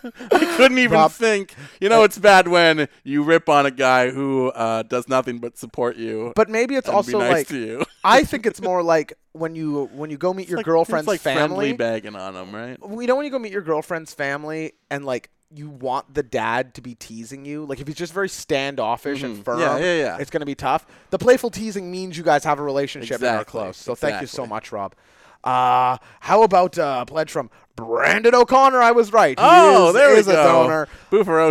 C: I couldn't even
D: Rob-
C: think. You know it's bad when you rip on a guy who uh, does nothing but support you.
D: But maybe it's
C: and be
D: also
C: nice
D: like
C: to you.
D: I think it's more like when you when you go meet your
C: Like,
D: girlfriend's
C: it's like friendly
D: family.
C: bagging on him, right?
D: you know when you go meet your girlfriend's family and like you want the dad to be teasing you. Like if he's just very standoffish and firm,
C: Mm-hmm. Yeah, yeah, yeah.
D: it's gonna be tough. The playful teasing means you guys have a relationship and are
C: Exactly,
D: close. So thank you so
C: exactly.
D: much, Rob. Uh, how about uh, a pledge from Brandon O'Connor? I was right. He
C: Oh,
D: is,
C: there
D: is
C: we
D: a
C: go.
D: donor.
C: Boofer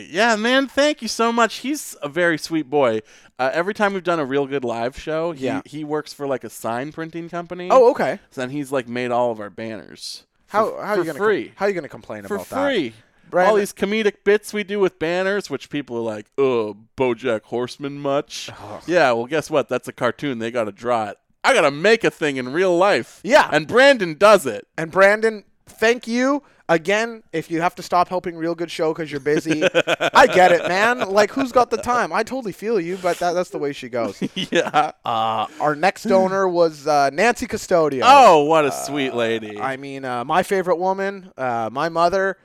C: OC. Yeah, man, thank you so much. He's a very sweet boy. Uh, every time we've done a real good live show, he,
D: Yeah.
C: he works for like a sign printing company.
D: Oh, okay.
C: So then he's like made all of our banners.
D: How,
C: for,
D: how are
C: for
D: you gonna com-
C: free?
D: how are you gonna complain
C: for
D: about that?
C: free.
D: Brandon-
C: All these comedic bits we do with banners, which people are like, "Oh, BoJack Horseman much?" Yeah, well, guess what? That's a cartoon. They got to draw it. I got to make a thing in real life.
D: Yeah.
C: and Brandon does it.
D: And Brandon, thank you again. If you have to stop helping Real Good Show because you're busy, I get it, man. Like, who's got the time? I totally feel you, but that, that's the way she goes.
C: Yeah.
D: Uh, our next donor was uh, Nancy Custodio.
C: oh, what a sweet lady.
D: Uh, I mean, uh, my favorite woman, uh, my mother.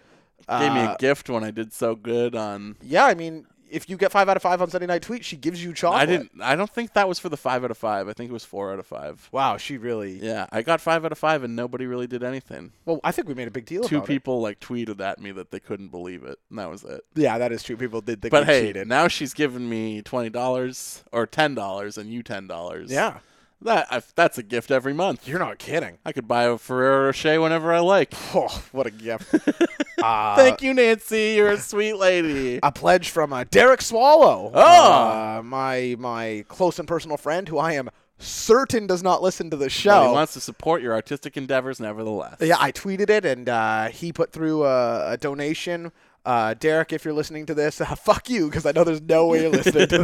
D: Uh,
C: Gave me a gift when I did so good on.
D: yeah, I mean, if you get five out of five on Sunday Night Tweet, she gives you chocolate.
C: I didn't. I don't think that was for the five out of five. I think it was four out of five.
D: Wow, she really.
C: Yeah, I got five out of five, and nobody really did anything.
D: Well, I think we made a big deal.
C: Two
D: about it.
C: people like tweeted at me that they couldn't believe it, and that was it.
D: Yeah, that is true. People did think
C: But
D: we
C: hey,
D: cheated.
C: now she's giving me twenty dollars or ten dollars, and you ten dollars.
D: Yeah,
C: that I, that's a gift every month.
D: you're not kidding.
C: I could buy a Ferrero Rocher whenever I like.
D: Oh, what a gift. Uh,
C: Thank you, Nancy. You're a sweet lady.
D: a pledge from uh, Derek Swallow.
C: Oh.
D: Uh, my my close and personal friend, who I am certain does not listen to the
C: But
D: show.
C: He wants to support your artistic endeavors, nevertheless.
D: yeah, I tweeted it, and uh, he put through a, a donation. Uh, Derek, if you're listening to this, uh, fuck you, because I know there's no way you're listening to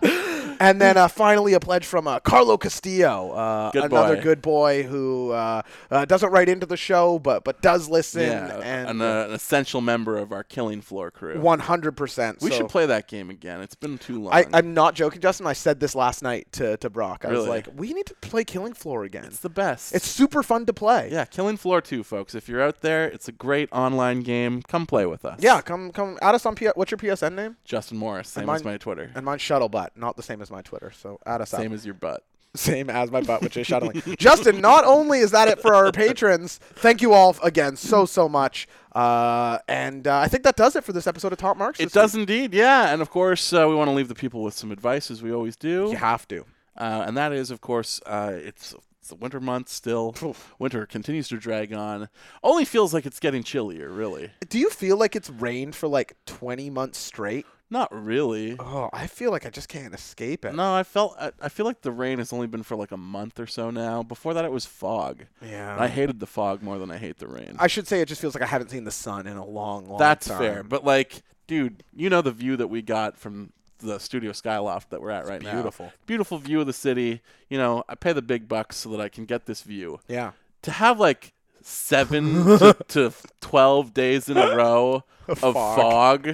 D: this. and then uh, finally, a pledge from uh, Carlo Castillo, uh,
C: Good
D: another
C: boy.
D: good boy who uh, uh, doesn't write into the show, but but does listen.
C: Yeah,
D: and
C: an, uh, an essential member of our Killing Floor crew.
D: One hundred percent.
C: we should play that game again. It's been too long.
D: I, I'm not joking, Justin. I said this last night to, to Brock. I was
C: Really?
D: like, we need to play Killing Floor again.
C: it's
D: It's,
C: the best.
D: super fun to play.
C: yeah, Killing Floor 2, folks. If you're out there, it's a great online game. Come play with us.
D: Yeah, come come add us on P- what's your PSN name?
C: Justin Morris, same as
D: mine-
C: my Twitter,
D: And uh, mine's Shuttlebutt, not the same as my Twitter. So add us
C: same
D: up.
C: as your butt.
D: Same as my butt, which is shuttling. Justin, not only is that it for our patrons, thank you all again so so much. Uh, and uh, I think that does it for this episode of Top Marks.
C: It
D: this
C: does
D: week.
C: indeed, yeah. And of course, uh, we want to leave the people with some advice, as we always do.
D: You have to.
C: Uh, and that is, of course, uh, it's, it's the winter months still. Winter continues to drag on. Only feels like it's getting chillier, really.
D: Do you feel like it's rained for like 20 months straight?
C: Not really.
D: Oh, I feel like I just can't escape it.
C: No, I felt I, I feel like the rain has only been for like a month or so now. Before that, it was fog.
D: Yeah.
C: And I hated the fog more than I hate the rain.
D: I should say it just feels like I haven't seen the sun in a long, long
C: That's
D: time.
C: fair, but like, dude, you know the view that we got from the studio skyloft that we're at right
D: beautiful.
C: now. Beautiful view of the city. You know, I pay the big bucks so that I can get this view.
D: yeah.
C: to have like seven to, to twelve days in a row of fog.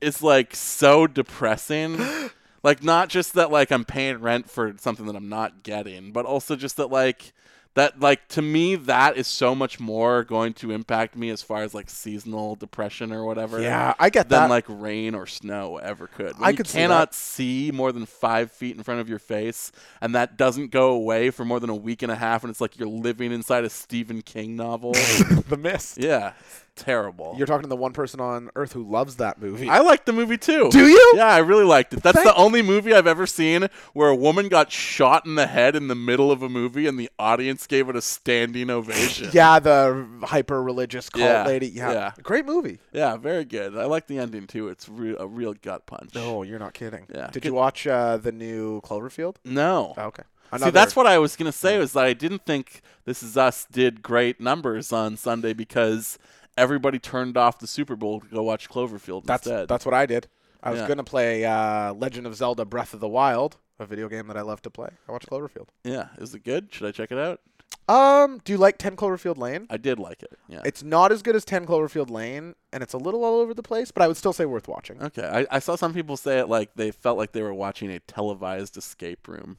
C: is like so depressing. Like not just that like I'm paying rent for something that I'm not getting, but also just that like that like to me that is so much more going to impact me as far as like seasonal depression or whatever.
D: Yeah, I get
C: than
D: that.
C: like rain or snow ever could. When
D: I
C: you
D: could see that.
C: cannot see more than five feet in front of your face, and that doesn't go away for more than a week and a half, and it's like you're living inside a Stephen King novel.
D: The mist.
C: yeah, it's terrible.
D: You're talking to the one person on Earth who loves that movie.
C: I liked the movie too.
D: Do you?
C: Yeah, I really liked it. That's
D: Thank-
C: the only movie I've ever seen where a woman got shot in the head in the middle of a movie and the audience gave it a standing ovation.
D: yeah, the hyper religious cult
C: Yeah,
D: lady. Yeah.
C: yeah.
D: Great movie.
C: Yeah, very good. I like the ending too. It's re- a real gut punch.
D: No, you're not kidding.
C: Yeah.
D: Did
C: Good-
D: you watch uh, the new Cloverfield?
C: No.
D: Oh, okay.
C: See, that's what I was gonna say was that I didn't think This Is Us did great numbers on Sunday because everybody turned off the Super Bowl to go watch Cloverfield
D: that's
C: instead.
D: that's what I did. I was
C: Yeah.
D: gonna play uh, Legend of Zelda: Breath of the Wild, a video game that I love to play. I watched Cloverfield.
C: yeah, is it good? Should I check it out?
D: Um, do you like Ten Cloverfield Lane?
C: I did like it. Yeah.
D: It's not as good as Ten Cloverfield Lane, and it's a little all over the place, but I would still say worth watching.
C: okay. I, I saw some people say it like they felt like they were watching a televised escape room.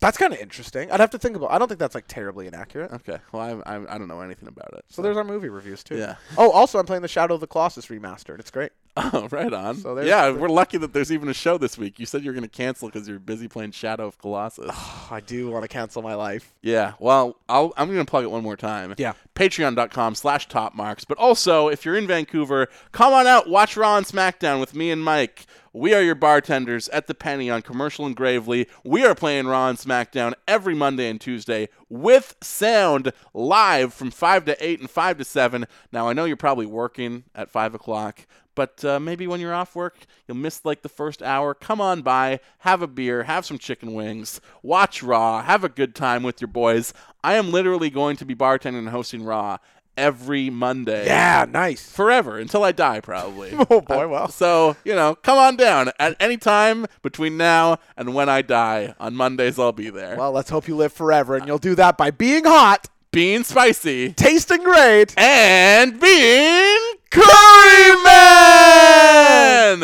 D: That's kind of interesting. I'd have to think about. I don't think that's like terribly inaccurate.
C: Okay. Well, I, I, I don't know anything about it.
D: So there's our movie reviews too.
C: Yeah.
D: Oh, also I'm playing the Shadow of the Colossus remastered. It's great.
C: Oh, right on.
D: So there's-
C: yeah, we're lucky that there's even a show this week. You said you were going to cancel because you're busy playing Shadow of Colossus.
D: Oh, I do want to cancel my life.
C: Yeah, well, I'll, I'm going to plug it one more time.
D: Yeah.
C: Patreon.com slash top marks. But also, if you're in Vancouver, come on out, watch Raw and SmackDown with me and Mike. We are your bartenders at the Penny on Commercial and Gravely. We are playing Raw and SmackDown every Monday and Tuesday with sound live from 5 to 8 and 5 to 7. Now, I know you're probably working at 5 o'clock, but uh, maybe when you're off work, you'll miss like the first hour. Come on by, have a beer, have some chicken wings, watch Raw, have a good time with your boys. I am literally going to be bartending and hosting Raw every Monday.
D: Yeah, nice.
C: Forever until I die, probably.
D: Oh boy, well.
C: So, you know, come on down at any time between now and when I die. On Mondays, I'll be there.
D: Well, let's hope you live forever, and you'll do that by being hot,
C: being spicy
D: tasting great.
C: and being Curry Man!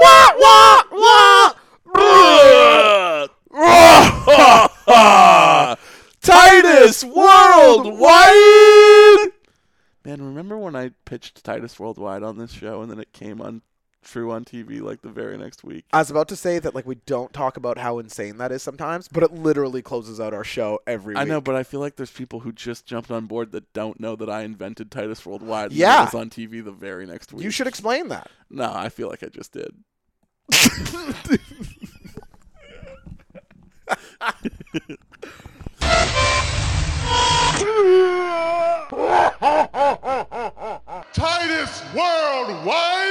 C: Wah, wah, wah! Bruh. Wah, ha, ha. Titus Worldwide! Man, remember when I pitched Titus Worldwide on this show and then it came on true on TV like the very next week?
D: I was about to say that like we don't talk about how insane that is sometimes, but it literally closes out our show every
C: I
D: week.
C: know, but I feel like there's people who just jumped on board that don't know that I invented Titus Worldwide. and it
D: Yeah.
C: was on TV the very next week.
D: You should explain that.
C: No, I feel like I just did.
A: Titus Worldwide!